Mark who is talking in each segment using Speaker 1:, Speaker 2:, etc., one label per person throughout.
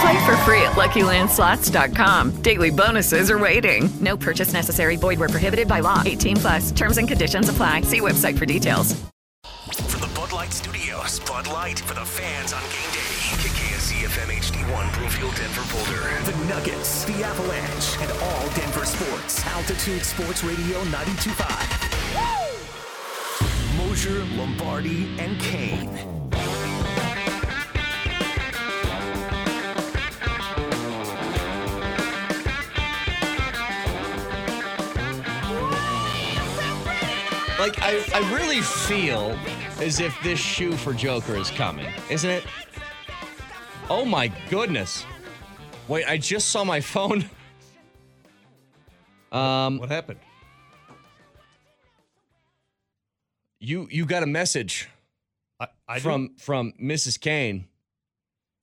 Speaker 1: Play for free at LuckyLandSlots.com. Daily bonuses are waiting.
Speaker 2: No purchase necessary. Void where prohibited by law. 18 plus. Terms and conditions apply. See website for details.
Speaker 3: From the Bud Light Studios, Bud Light for the fans on game day. KKSC FM HD1, Broomfield, Denver, Boulder. The Nuggets, the Avalanche, and all Denver sports. Altitude Sports Radio 92.5. Mosier, Lombardi, and Kane.
Speaker 4: Like I, I really feel as if this shoe for Joker is coming, isn't it? Oh my goodness. Wait, I just saw my phone. Um
Speaker 5: What happened?
Speaker 4: you you got a message
Speaker 5: I, I
Speaker 4: from from Mrs. Kane.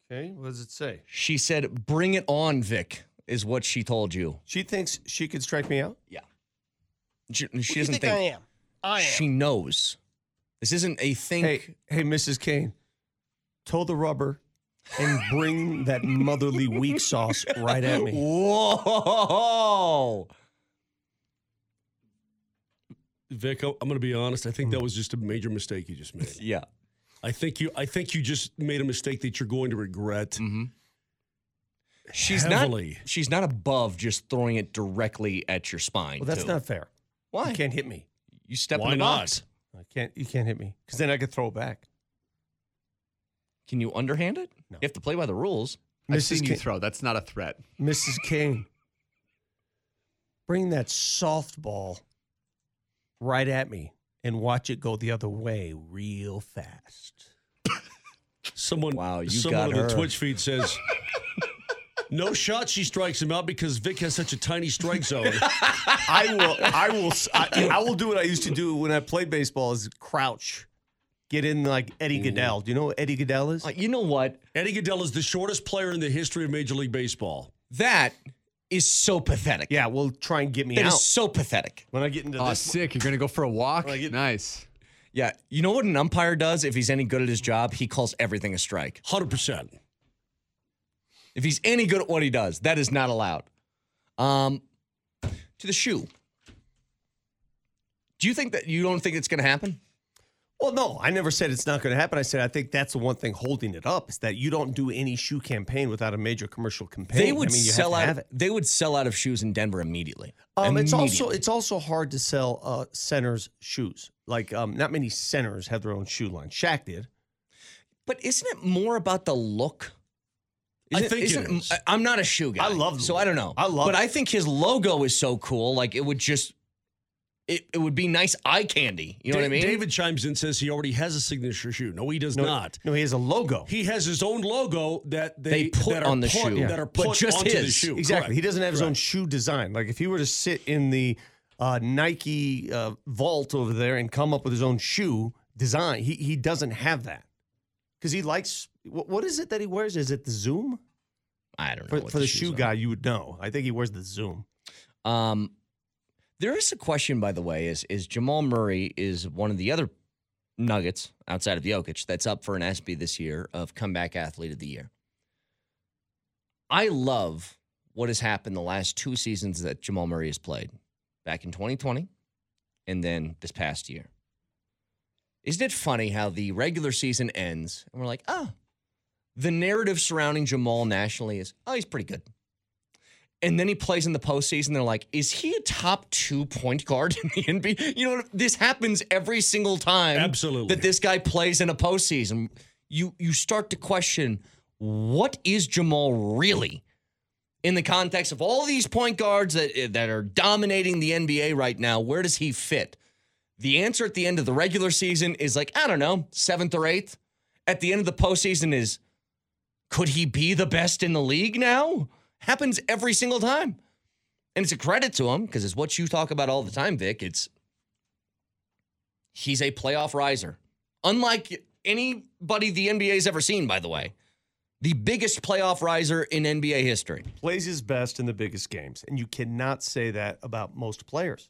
Speaker 5: don't- okay. What does it say?
Speaker 4: She said, "Bring it on, Vic," is what she told you.
Speaker 5: She thinks she could strike me out.
Speaker 4: Yeah. She, she
Speaker 5: Who do you
Speaker 4: doesn't
Speaker 5: think I am. I am.
Speaker 4: she knows. This isn't a think.
Speaker 5: hey, hey, Mrs. Kane, toe the rubber and bring that motherly weak sauce right at me.
Speaker 4: Whoa!
Speaker 6: Vic, I'm going to be honest. I think that was just a major mistake you just made.
Speaker 4: Yeah.
Speaker 6: I think you. I think you just made a mistake that you're going to regret.
Speaker 4: Mm-hmm. She's
Speaker 6: Heavily.
Speaker 4: not. She's not above just throwing it directly at your spine.
Speaker 5: Well, that's
Speaker 4: too.
Speaker 5: not fair.
Speaker 4: why
Speaker 5: You can't hit me.
Speaker 4: you step
Speaker 6: Why
Speaker 4: in the
Speaker 6: not?
Speaker 4: box.
Speaker 5: I can't. You can't hit me because then I could throw it back.
Speaker 4: Can you underhand it?
Speaker 5: No.
Speaker 4: You have to play by the rules.
Speaker 7: I've seen
Speaker 5: Mrs.
Speaker 7: you
Speaker 5: Kane,
Speaker 7: throw. That's not a threat.
Speaker 5: Mrs. Kane, bring that softball right at me and watch it go the other way real fast.
Speaker 6: Someone.
Speaker 4: Wow, you
Speaker 6: someone
Speaker 4: got
Speaker 6: on
Speaker 4: her.
Speaker 6: the Twitch feed says. No shot. She strikes him out because Vic has such a tiny strike zone.
Speaker 5: I will. I will. s- I, I will do what I used to do when I played baseball: is crouch, get in like Eddie Goodell. Do you know what Eddie Goodell is?
Speaker 4: Uh, you know what?
Speaker 6: Eddie Goodell is the shortest player in the history of Major League Baseball.
Speaker 4: That is so pathetic.
Speaker 5: yeah, we'll try and get me
Speaker 4: That
Speaker 5: out
Speaker 4: is so pathetic.
Speaker 5: when I get into
Speaker 7: Oh,
Speaker 5: this.
Speaker 7: sick. You're going to go for a walk?
Speaker 5: Like it-
Speaker 7: nice.
Speaker 4: Yeah. You know what an umpire does if he's any good at his job? He calls everything a strike.
Speaker 6: Hundred percent.
Speaker 4: If he's any good at what he does, that is not allowed. Um, to the shoe. Do you think that you don't think it's going to happen?
Speaker 5: Well, no, I never said it's not going to happen. I said I think that's the one thing holding it up is that you don't do any shoe campaign without a major commercial campaign.
Speaker 4: They would
Speaker 5: I mean, you
Speaker 4: sell
Speaker 5: have to
Speaker 4: out.
Speaker 5: have it.
Speaker 4: They would sell out of shoes in Denver immediately.
Speaker 5: Um, it's also
Speaker 4: Immediately.
Speaker 5: it's also hard to sell uh, centers shoes. Like, um, not many centers have their own shoe line. Shaq did.
Speaker 4: but isn't it more about the look?
Speaker 6: I
Speaker 4: Isn't-
Speaker 6: think it
Speaker 4: isn't- uh,
Speaker 6: is.
Speaker 4: I- I'm not a shoe guy.
Speaker 5: I love the
Speaker 4: So
Speaker 5: look.
Speaker 4: I don't know.
Speaker 5: I love
Speaker 4: But
Speaker 5: it.
Speaker 4: I think his logo is so cool. Like it would just, it, it would be nice eye candy. You know what I mean?
Speaker 6: David chimes in and says he already has a signature shoe. No, he does
Speaker 5: No,
Speaker 6: not.
Speaker 5: No, he has a logo.
Speaker 6: He has his own logo that
Speaker 4: They
Speaker 6: they,
Speaker 4: put
Speaker 6: that
Speaker 4: on the
Speaker 6: are put,
Speaker 4: shoe. Yeah.
Speaker 6: that are
Speaker 4: But
Speaker 6: put
Speaker 4: just
Speaker 6: onto the
Speaker 4: his.
Speaker 6: shoe.
Speaker 5: Exactly.
Speaker 6: Correct.
Speaker 5: He doesn't have his own
Speaker 6: Correct.
Speaker 5: shoe design. Like if he were to sit in the uh, Nike uh, vault over there and come up with his own shoe design, he he doesn't have that because he likes. What, what is it that he wears? Is it the Zoom?
Speaker 4: I don't know.
Speaker 5: For,
Speaker 4: what
Speaker 5: for the
Speaker 4: shoes
Speaker 5: shoe
Speaker 4: are.
Speaker 5: guy, you would know. I think he wears the Zoom.
Speaker 4: Um, there is a question, by the way, is is Jamal Murray is one of the other Nuggets outside of Jokic that's up for an SB this year of comeback athlete of the year. I love what has happened the last two seasons that Jamal Murray has played, back in 2020, and then this past year. Isn't it funny how the regular season ends and we're like, "Ah, oh, the narrative surrounding Jamal nationally is, oh, he's pretty good and then he plays in the postseason. They're like, is he a top two point guard in the NBA? You know, this happens every single time.
Speaker 3: Absolutely.
Speaker 4: that this guy plays in a postseason. You you start to question what is Jamal really in the context of all these point guards that that are dominating the NBA right now. Where does he fit? The answer at the end of the regular season is like I don't know, seventh or eighth. At the end of the postseason is could he be the best in the league now? Happens every single time. And it's a credit to him because it's what you talk about all the time, Vic. It's he's a playoff riser. Unlike anybody the NBA's ever seen, by the way. The biggest playoff riser in NBA history.
Speaker 5: Plays his best in the biggest games, and you cannot say that about most players.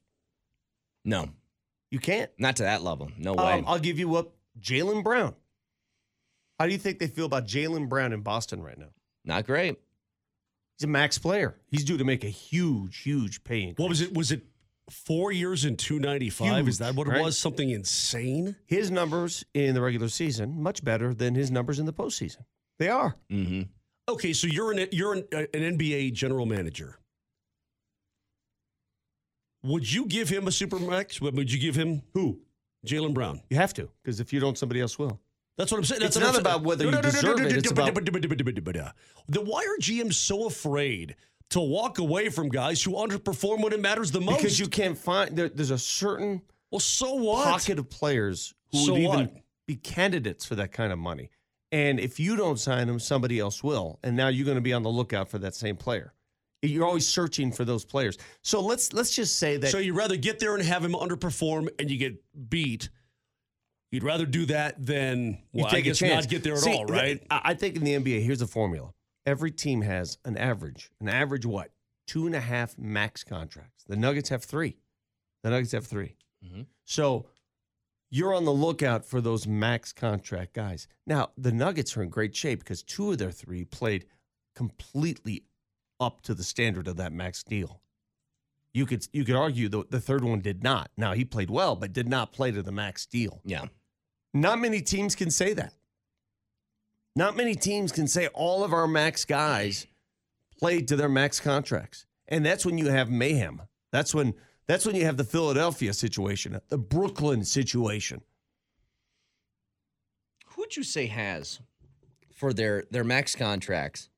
Speaker 4: No,
Speaker 5: You can't.
Speaker 4: not to that level. No way.
Speaker 5: Um, I'll give you up Jalen Brown. How do you think they feel about Jalen Brown in Boston right now?
Speaker 4: Not great.
Speaker 5: He's a max player. He's due to make a huge, huge pay increase.
Speaker 3: What was it? Was it four years and two ninety five? Is
Speaker 5: Huge,
Speaker 3: that what it
Speaker 5: right?
Speaker 3: was? Something insane.
Speaker 5: His numbers in the regular season much better than his numbers in the postseason. They are.
Speaker 4: Mm-hmm.
Speaker 3: Okay, so you're an you're an, uh, an NBA general manager. Would you give him a supermax? Would you give him
Speaker 5: Who?
Speaker 3: Jalen Brown?
Speaker 5: You have to, because if you don't, somebody else will.
Speaker 3: That's what I'm saying.
Speaker 5: It's
Speaker 3: That's what I'm
Speaker 5: not
Speaker 3: saying.
Speaker 5: about whether you deserve it, it's about-
Speaker 3: Then why are GMs so afraid to walk away from guys who underperform when it matters the most?
Speaker 5: Because you can't find there, there's a certain
Speaker 3: well, so what?
Speaker 5: pocket of players who
Speaker 3: So
Speaker 5: would even
Speaker 3: what?
Speaker 5: be candidates for that kind of money. And if you don't sign them, somebody else will. And now you're going to be on the lookout for that same player. You're always searching for those players. So let's let's just say that
Speaker 3: So you'd rather get there and have him underperform and you get beat. You'd rather do that than
Speaker 5: you
Speaker 3: well,
Speaker 5: take
Speaker 3: I guess
Speaker 5: a chance.
Speaker 3: not get there at
Speaker 5: See,
Speaker 3: all, right?
Speaker 5: I I think in the NBA, here's the formula: every team has an average. An average what? Two and a half max contracts. The Nuggets have three. The Nuggets have 3
Speaker 3: Mm-hmm.
Speaker 5: So you're on the lookout for those max contract guys. Now the Nuggets are in great shape because two of their three played completely up to the standard of that max deal. You could you could argue the, the third one did not. Now he played well, but did not play to the max deal.
Speaker 4: Yeah.
Speaker 5: Not many teams can say that. Not many teams can say all of our max guys played to their max contracts. And that's when you have mayhem. That's when that's when you have the Philadelphia situation, the Brooklyn situation.
Speaker 4: Who would you say has for their their max contracts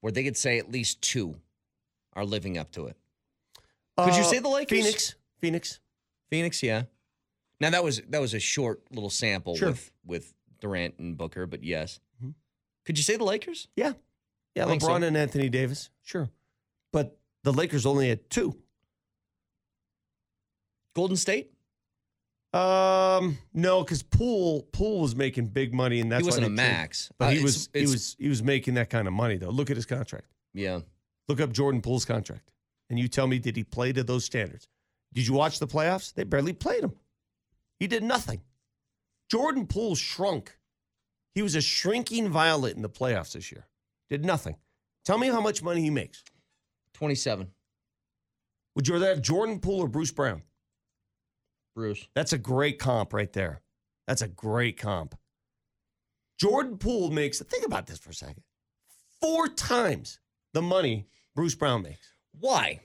Speaker 4: where they could say at least two are living up to it? Could you say the Lakers?
Speaker 5: Phoenix. Phoenix.
Speaker 4: Uh, Phoenix, yeah. Now that was that was a short little sample
Speaker 5: Sure. Mm-hmm.
Speaker 4: with with Durant and Booker, but yes. Could you say the Lakers?
Speaker 5: Yeah. Yeah,
Speaker 4: I think
Speaker 5: LeBron
Speaker 4: so.
Speaker 5: and Anthony Davis. Sure. But the Lakers only had two.
Speaker 4: Golden State?
Speaker 5: Um, no, because Poole Poole was making big money and that's
Speaker 4: he wasn't
Speaker 5: why
Speaker 4: a
Speaker 5: they changed-
Speaker 4: max,
Speaker 5: But
Speaker 4: Uh,
Speaker 5: he
Speaker 4: it's-
Speaker 5: was he
Speaker 4: it's-
Speaker 5: was he was making that kind of money though. Look at his contract.
Speaker 4: yeah.
Speaker 5: Look up Jordan Poole's contract, and you tell me did he play to those standards? Did you watch the playoffs? They barely played him. He did nothing. Jordan Poole shrunk. He was a shrinking violet in the playoffs this year. Did nothing. Tell me how much money he makes.
Speaker 4: 27.
Speaker 5: Would you rather have Jordan Poole or Bruce Brown?
Speaker 4: Bruce.
Speaker 5: That's a great comp right there. That's a great comp. Jordan Poole makes, think about this for a second, four times the money Bruce Brown makes.
Speaker 4: Why?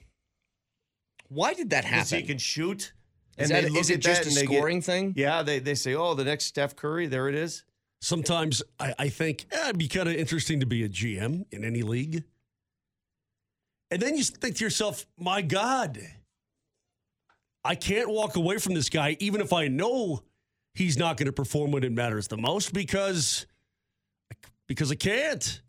Speaker 4: Why did that
Speaker 5: Because
Speaker 4: happen?
Speaker 5: He can shoot.
Speaker 4: is
Speaker 5: they
Speaker 4: that,
Speaker 5: look
Speaker 4: is
Speaker 5: at
Speaker 4: it just
Speaker 5: that
Speaker 4: a
Speaker 5: and they get-
Speaker 4: scoring thing?
Speaker 5: yeah, they, they say, oh, the next Steph Curry, there it is.
Speaker 3: Sometimes I, I think eh, it'd be kind of interesting to be a GM in any league. And then you think to yourself, my God, I can't walk away from this guy, even if I know he's not going to perform when it matters the most, because because I can't.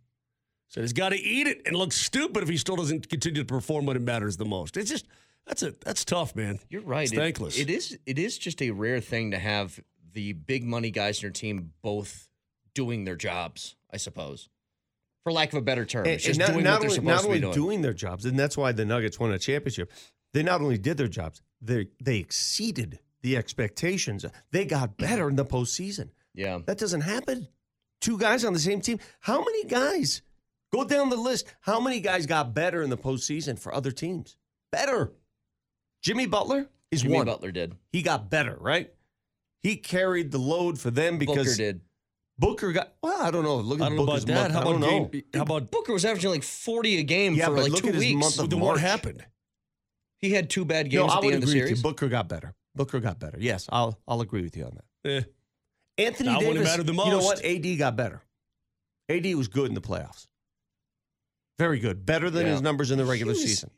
Speaker 3: So he's got to eat it and look stupid if he still doesn't continue to perform when it matters the most. It's just that's a that's tough, man.
Speaker 4: You're right.
Speaker 3: It's
Speaker 4: It-
Speaker 3: thankless.
Speaker 4: it is it is just a rare thing to have the big money guys in your team both doing their jobs, I suppose. For lack of a better term. It's just doing what they're
Speaker 5: only,
Speaker 4: supposed
Speaker 5: not
Speaker 4: to
Speaker 5: only
Speaker 4: be doing.
Speaker 5: their jobs, and that's why the Nuggets won a championship. They not only did their jobs, they they exceeded the expectations. They got better in the postseason.
Speaker 4: yeah.
Speaker 5: That doesn't happen. Two guys on the same team. How many guys? Go down the list. How many guys got better in the postseason for other teams? Better. Jimmy Butler is
Speaker 4: Jimmy
Speaker 5: one.
Speaker 4: Butler did.
Speaker 5: He got better, right? He carried the load for them because
Speaker 4: Booker did.
Speaker 5: Booker got well. I don't know. Look at
Speaker 3: I don't know
Speaker 5: Booker's
Speaker 3: about that.
Speaker 5: month.
Speaker 3: How
Speaker 5: I don't
Speaker 3: about
Speaker 5: know.
Speaker 3: game? How about
Speaker 4: Booker was averaging like 40 a game
Speaker 5: Oh. Yeah,
Speaker 4: for
Speaker 5: but
Speaker 4: like
Speaker 5: look
Speaker 4: two
Speaker 5: at his
Speaker 4: weeks.
Speaker 5: month of
Speaker 3: then
Speaker 5: March.
Speaker 3: what happened?
Speaker 4: He had two bad
Speaker 5: No,
Speaker 4: games
Speaker 5: I
Speaker 4: at the
Speaker 5: would
Speaker 4: end of the
Speaker 5: agree with you.
Speaker 4: series.
Speaker 5: Booker got better. Booker got better. Yes, I'll I'll agree with you on that.
Speaker 3: Eh.
Speaker 5: Anthony
Speaker 3: Not when
Speaker 5: Davis.
Speaker 3: it mattered the
Speaker 5: You know
Speaker 3: most.
Speaker 5: what? AD got better. AD was good in the playoffs. Very good. Better than
Speaker 4: Yeah.
Speaker 5: his numbers in the regular
Speaker 4: He was-
Speaker 5: season.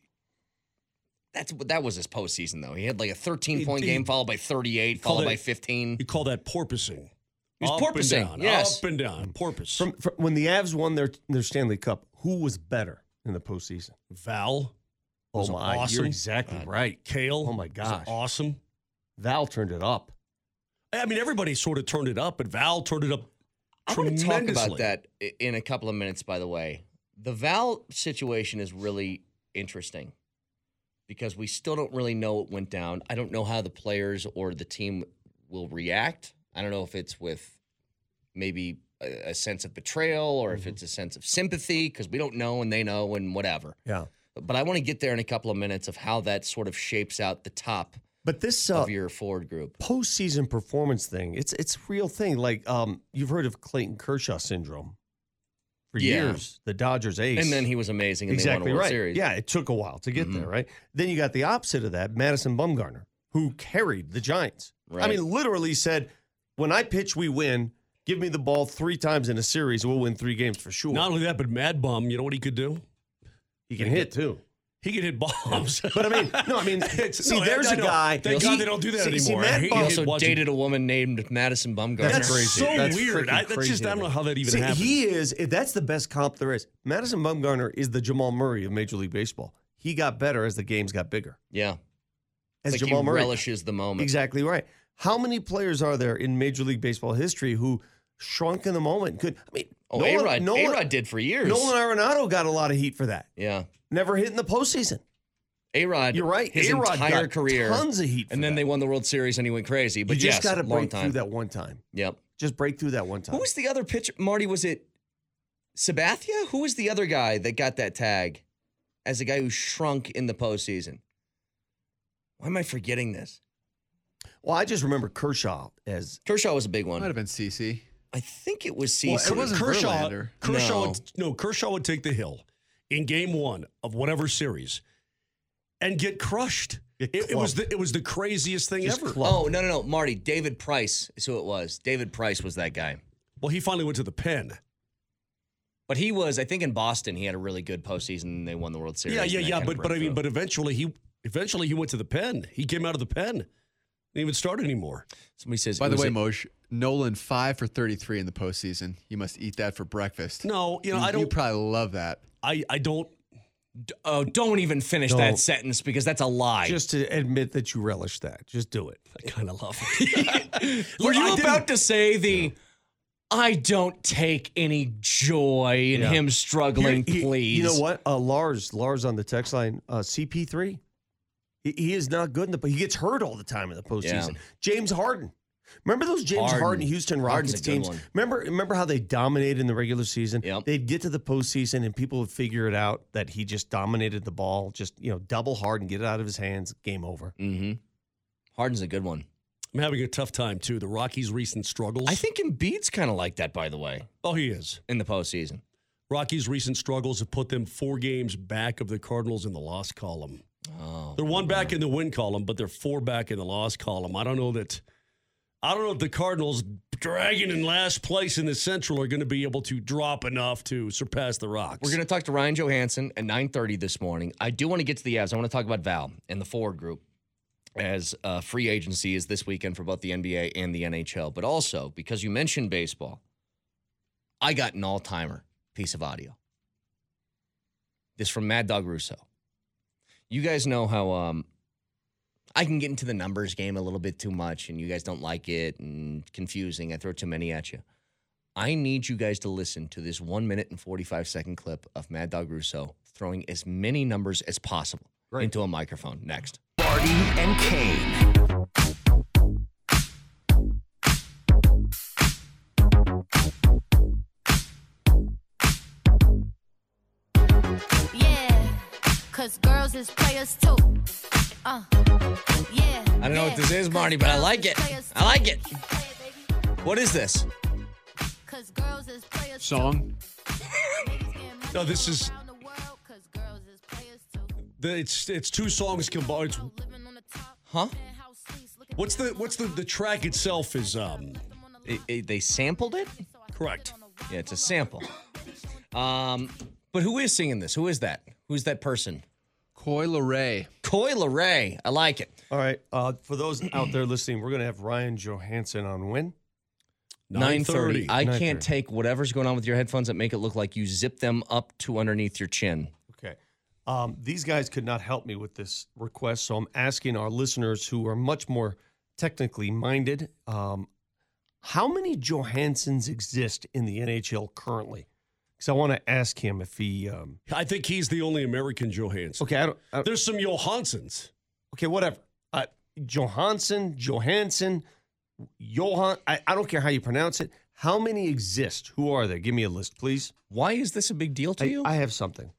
Speaker 4: That's that was his postseason though. He had like a 13
Speaker 3: He-
Speaker 4: point
Speaker 3: he-
Speaker 4: game followed by 38,
Speaker 3: Call
Speaker 4: followed
Speaker 3: it-
Speaker 4: by 15.
Speaker 3: You call that porpoising?
Speaker 4: He was
Speaker 3: Up and
Speaker 4: porpoising,
Speaker 3: down,
Speaker 4: yes.
Speaker 3: up and
Speaker 5: Mm.
Speaker 3: down, porpoise.
Speaker 5: From, from when the Avs won their their Stanley Cup, who was better in the postseason?
Speaker 3: Val.
Speaker 5: Oh
Speaker 3: was
Speaker 5: my!
Speaker 3: awesome.
Speaker 5: You're exactly
Speaker 3: Uh,
Speaker 5: right.
Speaker 3: Kale.
Speaker 5: Oh my
Speaker 3: was
Speaker 5: gosh.
Speaker 3: awesome.
Speaker 5: Val turned it up.
Speaker 3: I mean, everybody sort of turned it up, but Val turned it up
Speaker 4: I want to
Speaker 3: tremendously.
Speaker 4: talk about that i- in a couple of minutes, by the way. The Val situation is really interesting because we still don't really know what went down. I don't know how the players or the team will react. I don't know if it's with maybe a, a sense of betrayal or
Speaker 5: Mm-hmm.
Speaker 4: if it's a sense of sympathy because we don't know and they know and whatever.
Speaker 5: Yeah.
Speaker 4: But I want to get there in a couple of minutes of how that sort of shapes out the top
Speaker 5: But this uh,
Speaker 4: of your forward group.
Speaker 5: postseason performance thing, it's it's a real thing. Like um, you've heard of Clayton Kershaw syndrome for
Speaker 4: Yeah.
Speaker 5: years. The Dodgers ace,
Speaker 4: And then he was amazing and they won
Speaker 5: exactly
Speaker 4: a World
Speaker 5: right.
Speaker 4: Series. Mm-hmm.
Speaker 5: Yeah, it took a while to get there, right? Then you got the opposite of that, Madison Bumgarner, who carried the Giants. I
Speaker 4: Right.
Speaker 5: mean, literally said, "When I pitch, we win. Give me the ball three times in a series, we'll win three games for sure."
Speaker 3: Not only that, but Mad Bum, you know what he could do?
Speaker 5: he can hit too.
Speaker 3: He could hit bombs.
Speaker 5: But I mean, no, I mean,
Speaker 3: It's-
Speaker 5: see,
Speaker 3: no, I-
Speaker 5: there's
Speaker 3: I
Speaker 5: a
Speaker 3: know.
Speaker 5: guy.
Speaker 3: Thank
Speaker 5: he-
Speaker 3: God they don't do that
Speaker 5: see- see,
Speaker 3: anymore.
Speaker 5: Matt
Speaker 3: I hate
Speaker 5: Bum-
Speaker 3: it
Speaker 4: He also
Speaker 3: watching-
Speaker 4: dated a woman named Madison Bumgarner.
Speaker 5: That's
Speaker 3: That's
Speaker 5: crazy.
Speaker 3: so
Speaker 5: That's
Speaker 3: weird.
Speaker 5: freaking
Speaker 3: I, that's
Speaker 5: crazy
Speaker 3: just, I
Speaker 5: to
Speaker 3: don't
Speaker 5: me.
Speaker 3: know how that even
Speaker 5: See,
Speaker 3: happened.
Speaker 5: he is. if That's the best comp there is. Madison Bumgarner is the Jamal Murray of Major League Baseball. He got better as the games got bigger.
Speaker 4: Yeah.
Speaker 5: As
Speaker 4: like
Speaker 5: Jamal
Speaker 4: he
Speaker 5: Murray,
Speaker 4: relishes the moment.
Speaker 5: exactly right. How many players are there in Major League Baseball history who shrunk in the moment? Could I mean?
Speaker 4: Oh,
Speaker 5: Nolan,
Speaker 4: A-Rod,
Speaker 5: Nolan,
Speaker 4: A-Rod did for years.
Speaker 5: Nolan Arenado got a lot of heat for that.
Speaker 4: yeah.
Speaker 5: Never hit in the postseason.
Speaker 4: A-Rod.
Speaker 5: You're right.
Speaker 4: His
Speaker 5: A-Rod
Speaker 4: entire
Speaker 5: got
Speaker 4: career.
Speaker 5: tons of heat for
Speaker 4: and then
Speaker 5: that.
Speaker 4: they won the World Series and he went crazy. But
Speaker 5: you just
Speaker 4: yes,
Speaker 5: got to
Speaker 4: long
Speaker 5: break
Speaker 4: time.
Speaker 5: through that one time.
Speaker 4: Yep.
Speaker 5: Just break through that one time.
Speaker 4: Who was the other pitcher? Marty, was it Sabathia? Who was the other guy that got that tag as the guy who shrunk in the postseason? Why am I forgetting this?
Speaker 5: well, I just remember Kershaw as
Speaker 4: Kershaw was a big
Speaker 6: Might have
Speaker 4: one.
Speaker 6: been CC.
Speaker 4: I think it was
Speaker 3: Well,
Speaker 4: CC.
Speaker 6: it wasn't
Speaker 3: Kershaw.
Speaker 6: Verlander.
Speaker 3: Kershaw
Speaker 4: No.
Speaker 3: Would, no, Kershaw would take the hill in game one of whatever series and get crushed.
Speaker 5: Get
Speaker 3: it, it was
Speaker 5: clubbed.
Speaker 3: the it was the craziest thing
Speaker 5: Just
Speaker 3: ever.
Speaker 5: clubbed.
Speaker 4: Oh, no, no, no. Marty, David Price is who it was. David Price was that guy.
Speaker 3: Well, he finally went to the pen.
Speaker 4: But he was, I think, in Boston. He had a really good postseason. and They won the World Series.
Speaker 3: yeah, yeah,
Speaker 4: and that
Speaker 3: yeah.
Speaker 4: kind of
Speaker 3: But but I mean,
Speaker 4: breakthrough.
Speaker 3: but eventually he eventually he went to the pen. He came out of the pen. Didn't even start anymore.
Speaker 4: somebody says.
Speaker 6: By
Speaker 4: it
Speaker 6: the
Speaker 4: was
Speaker 6: way,
Speaker 4: a-
Speaker 6: Mosh, Nolan five for thirty three in the postseason. You must eat that for breakfast.
Speaker 3: No, you know I
Speaker 6: You
Speaker 3: don't.
Speaker 6: probably love that.
Speaker 3: I I don't.
Speaker 4: D- oh, don't even finish
Speaker 5: Don't.
Speaker 4: that sentence because that's a lie.
Speaker 5: Oh, just to admit that you relish that. Just do it.
Speaker 3: I kind of love it.
Speaker 4: Were
Speaker 3: Look, I
Speaker 4: you
Speaker 3: didn't-
Speaker 4: about to say the? I don't take any joy in
Speaker 5: Yeah.
Speaker 4: him struggling.
Speaker 5: Here- he-
Speaker 4: please,
Speaker 5: You know what? Uh, Lars, Lars on the text line, uh, CP3. He, he is not good in the. He gets hurt all the time in the postseason.
Speaker 4: Yeah.
Speaker 5: James Harden. Remember those James Harden,
Speaker 4: Harden.
Speaker 5: Houston
Speaker 4: Harden's a
Speaker 5: Rockets
Speaker 4: good
Speaker 5: teams?
Speaker 4: one.
Speaker 5: Remember, remember how they dominated in the regular season?
Speaker 4: Yep.
Speaker 5: They'd get to the postseason and people would figure it out that he just dominated the ball, just you know, double hard and get it out of his hands. Game over.
Speaker 4: Mm-hmm. Harden's a good one.
Speaker 3: I'm having a tough time too. The Rockies' recent struggles.
Speaker 4: I think Embiid's kind of like that, by the way,
Speaker 3: Oh, he is.
Speaker 4: in the postseason.
Speaker 3: Rockies' recent struggles have put them four games back of the Cardinals in the loss column.
Speaker 4: Oh,
Speaker 3: They're one back in the win column, but they're four back in the loss column. I don't know that. I don't know if the Cardinals, dragging in last place in the Central, are going to be able to drop enough to surpass the Rocks.
Speaker 4: We're going to talk to Ryan Johansson at 9:30 this morning. I do want to get to the Avs. I want to talk about Val and the forward group as uh, free agency is this weekend for both the NBA and the NHL, but also because you mentioned baseball, I got an all-timer piece of audio. This from Mad Dog Russo. You guys know how um, I can get into the numbers game a little bit too much, and you guys don't like it and confusing. I throw too many at you. I need you guys to listen to this one minute and 45 second clip of Mad Dog Russo throwing as many numbers as possible into a microphone. Next.
Speaker 8: Barty and Kane.
Speaker 9: Yeah, cause girls is players too. Uh, yeah.
Speaker 4: I don't know what this is, Marty, but I like it. I like it. What is this?
Speaker 10: is players
Speaker 6: Song?
Speaker 3: No, this is. The, it's it's two songs combined. It's-
Speaker 4: Huh?
Speaker 3: What's the what's the the track itself is um
Speaker 4: It- it- they sampled it?
Speaker 3: Correct.
Speaker 4: Yeah, it's a sample. Um, but who is singing this? Who is that? Who's that person?
Speaker 6: Coy Leray.
Speaker 4: Coy Leray. I like it.
Speaker 11: All right. Uh, for those out there listening, we're going to have Ryan Johansson on when?
Speaker 4: 930. I can't
Speaker 11: 9:30.
Speaker 4: take whatever's going on with your headphones that make it look like you zip them up to underneath your chin.
Speaker 11: Okay. Um, these guys could not help me with this request, so I'm asking our listeners who are much more technically minded um, how many Johansons exist in the NHL currently? Because I want to ask him if he. Um,
Speaker 3: I think he's the only American Johansson.
Speaker 11: okay, I don't. I,
Speaker 3: There's some Johanssons.
Speaker 11: okay, whatever. Uh, Johansson, Johansson, Johan. I, I don't care how you pronounce it. How many exist? Who are there? Give me a list, please.
Speaker 4: Why is this a big deal to
Speaker 11: I,
Speaker 4: you?
Speaker 11: I have something.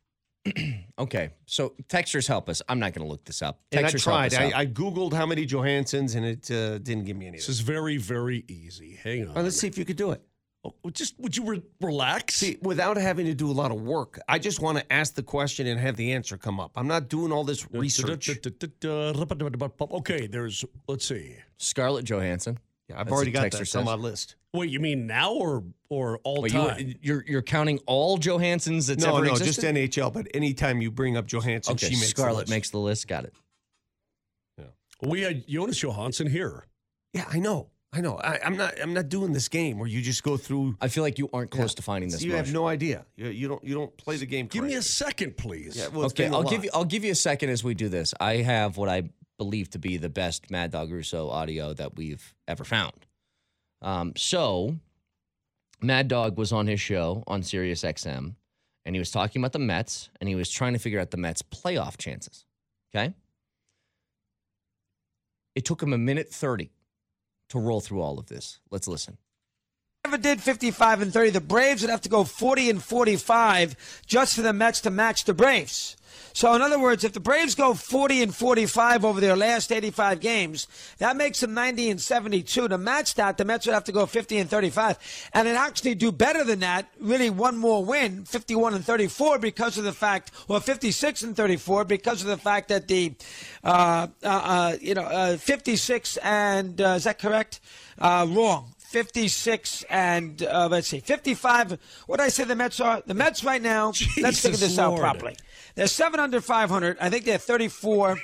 Speaker 4: okay, so textures help us. I'm not going to look this up.
Speaker 11: And I
Speaker 4: Textures help
Speaker 11: tried.
Speaker 4: us out.
Speaker 11: I, I Googled how many Johansons, and it uh, didn't give me any.
Speaker 3: This is very very easy. Hang on.
Speaker 11: All right, let's see if you could do it.
Speaker 3: Oh, just would you re- relax?
Speaker 11: See, without having to do a lot of work, I just want to ask the question and have the answer come up. I'm not doing all this research.
Speaker 3: Okay, there's let's see.
Speaker 4: Scarlett Johansson.
Speaker 11: Yeah,
Speaker 4: That's
Speaker 11: I've already
Speaker 4: what
Speaker 11: got
Speaker 4: texture
Speaker 11: that on
Speaker 4: says.
Speaker 11: my list.
Speaker 3: Wait, you mean now or or all
Speaker 4: Wait,
Speaker 3: time?
Speaker 4: you, you're you're counting all Johanssons that's
Speaker 11: no,
Speaker 4: ever
Speaker 11: no,
Speaker 4: existed?
Speaker 11: just NHL. But anytime you bring up Johansson,
Speaker 4: Okay,
Speaker 11: she makes
Speaker 4: Scarlett
Speaker 11: the list.
Speaker 4: makes the list. Got it.
Speaker 3: we had Jonas Johansson here.
Speaker 11: Yeah, I know, I know. I, I'm not, I'm not doing this game where you just go through.
Speaker 4: I feel like you aren't close
Speaker 11: Yeah.
Speaker 4: to finding this.
Speaker 11: you have
Speaker 4: Marsh.
Speaker 11: no idea. You, you don't, you don't play the game.
Speaker 3: Give me a
Speaker 11: correctly.
Speaker 3: second, please.
Speaker 11: Yeah, well, it's
Speaker 4: okay,
Speaker 11: been a
Speaker 4: I'll
Speaker 11: lot.
Speaker 4: give you. I'll give you a second as we do this. I have what I believe to be the best Mad Dog Russo audio that we've ever found. Um, so, Mad Dog was on his show on Sirius XM, and he was talking about the Mets, and he was trying to figure out the Mets' playoff chances. Okay, it took him a minute thirty to roll through all of this. Let's listen.
Speaker 5: never did 55 and 30. The Braves would have to go 40 and 45 just for the Mets to match the Braves. So, in other words, if the Braves go 40 and 45 over their last 85 games, that makes them 90 and 72. To match that, the Mets would have to go 50 and 35. And it actually do better than that, really one more win, 51 and 34, because of the fact, or 56 and 34, because of the fact that the, uh, uh, uh, you know, uh, 56 and, uh, is that correct? Uh, wrong. 56 and uh, let's see, 55. What did I say the Mets are? The Mets right now. let's figure
Speaker 3: Jesus
Speaker 5: this out
Speaker 3: Lord.
Speaker 5: properly. They're 7 under 500. I think they're 34,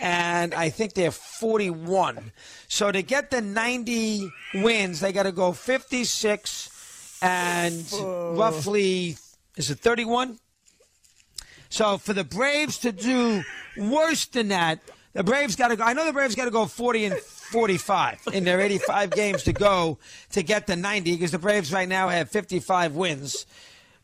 Speaker 5: and I think they're 41. So to get the 90 wins, they got to go 56 and roughly is it 31? So for the Braves to do worse than that, the Braves got to go. I know the Braves got to go 40 and 45 in their 85 games to go to get the 90 because the Braves right now have 55 wins.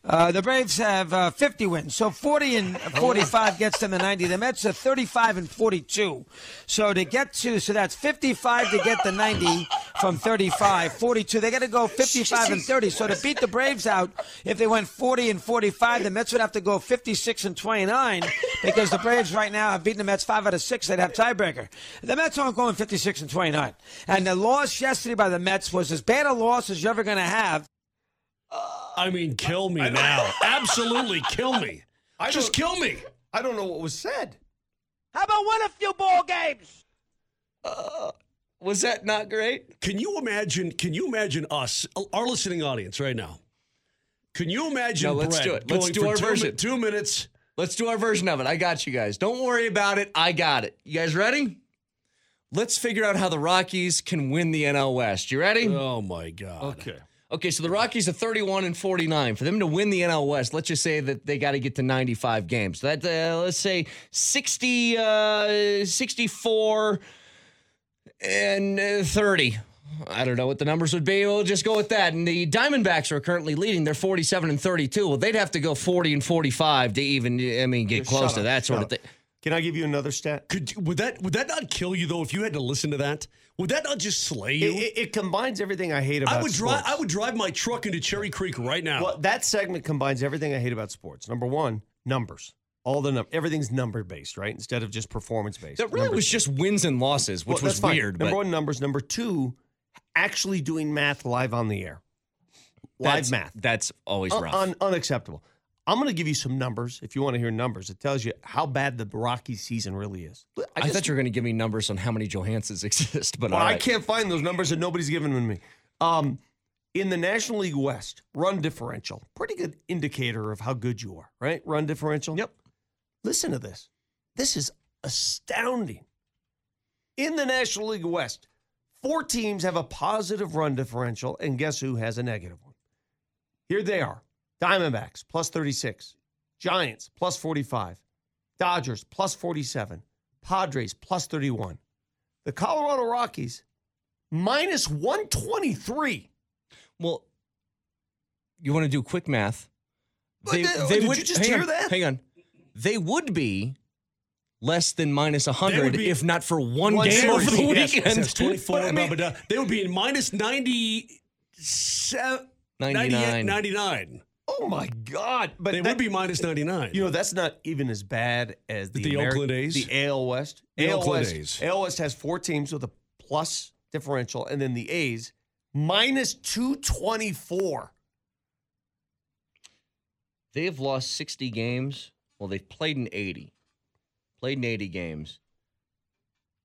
Speaker 5: Uh, the Braves have uh, 50 wins, so 40 and 45 gets them the 90. The Mets are 35 and 42, so to get to so that's 55 to get the 90 from 35, 42. They got to go 55 and 30. So to beat the Braves out, if they went 40 and 45, the Mets would have to go 56 and 29 because the Braves right now have beaten the Mets five out of six. They'd have tiebreaker. The Mets aren't going 56 and 29, and the loss yesterday by the Mets was as bad a loss as you're ever going to have.
Speaker 3: I mean, kill me now. Absolutely, kill me.
Speaker 11: I
Speaker 3: Just
Speaker 11: don't-
Speaker 3: kill me.
Speaker 11: I don't know what was said.
Speaker 5: How about win a few ball games?
Speaker 4: Was that not great?
Speaker 3: Can you imagine? Can you imagine us, our listening audience, right now? Can you imagine?
Speaker 4: No, let's
Speaker 3: Brett
Speaker 4: do it. Let's
Speaker 3: going
Speaker 4: do
Speaker 3: for
Speaker 4: our
Speaker 3: two
Speaker 4: version.
Speaker 3: mi- two minutes.
Speaker 4: Let's do our version of it. I got you guys. Don't worry about it. I got it. You guys ready? Let's figure out how the Rockies can win the NL West. You ready?
Speaker 3: Oh my God.
Speaker 11: Okay.
Speaker 4: Okay, so the Rockies are 31 and 49. For them to win the NL West, let's just say that they got to get to 95 games. That uh, let's say 60 uh 64 and uh, 30. I don't know what the numbers would be. We'll just go with that. And the Diamondbacks are currently leading. They're 47 and 32. Well, they'd have to go 40 and 45 to even I mean get
Speaker 11: Shut
Speaker 4: close to
Speaker 11: up,
Speaker 4: that sort
Speaker 11: shut
Speaker 4: of thing.
Speaker 11: up. Can I give you another stat?
Speaker 3: Could you- would that would that not kill you though if you had to listen to that? Would that not just slay
Speaker 11: It,
Speaker 3: you?
Speaker 11: it, it combines everything I hate about.
Speaker 3: I would drive.
Speaker 11: sports.
Speaker 3: I would drive my truck into Cherry Creek right now.
Speaker 11: Well, that segment combines everything I hate about sports. Number one, numbers. All the num- everything's number based, right? Instead of just performance based.
Speaker 4: That really was just wins and losses, which was weird.
Speaker 11: Number
Speaker 4: but
Speaker 11: one, numbers. Number two, actually doing math live on the air.
Speaker 5: Live
Speaker 4: That's-
Speaker 5: math.
Speaker 4: That's always
Speaker 5: Un-
Speaker 4: rough.
Speaker 5: un- unacceptable. I'm going to give you some numbers if you want to hear numbers. It tells you how bad the Rockies season really is. I,
Speaker 4: I thought you were going to give me numbers on how many Johansons exist, but
Speaker 5: Well,
Speaker 4: all
Speaker 5: I
Speaker 4: right.
Speaker 5: can't find those numbers and nobody's giving them to me. Um, in the National League West, run differential, pretty good indicator of how good you are, right? Run differential. Yep. Listen to this. This is astounding. In the National League West, four teams have a positive run differential, and guess who has a negative one? Here they are Diamondbacks, plus 36, Giants, plus 45, Dodgers, plus 47, Padres, plus 31 the Colorado Rockies minus 123.
Speaker 4: Well, you want to do quick math. They,
Speaker 5: the-
Speaker 4: they
Speaker 5: uh, did
Speaker 4: would
Speaker 5: you just
Speaker 4: hang
Speaker 5: hear
Speaker 4: on,
Speaker 5: that?
Speaker 4: Hang on. They would be less than minus 100
Speaker 3: be-
Speaker 4: if not for one,
Speaker 3: One
Speaker 4: game over
Speaker 3: series.
Speaker 4: the
Speaker 3: Yes, yes,
Speaker 4: weekend.
Speaker 3: yes, 24,
Speaker 4: But, I mean,
Speaker 3: blah, blah, blah. They would be in minus 97,
Speaker 4: 99.
Speaker 3: 99.
Speaker 5: Oh my God! But
Speaker 3: they would be minus 99.
Speaker 5: You know, that's not even as bad as the,
Speaker 3: The
Speaker 5: Ameri-
Speaker 3: Oakland A's?
Speaker 5: The AL West.
Speaker 3: The
Speaker 5: AL
Speaker 3: Oakland
Speaker 5: West,
Speaker 3: A's.
Speaker 5: AL West has four teams with a plus differential, and then the A's minus 224.
Speaker 4: they've lost 60 games. Well, they've played in 80. Played in 80 games.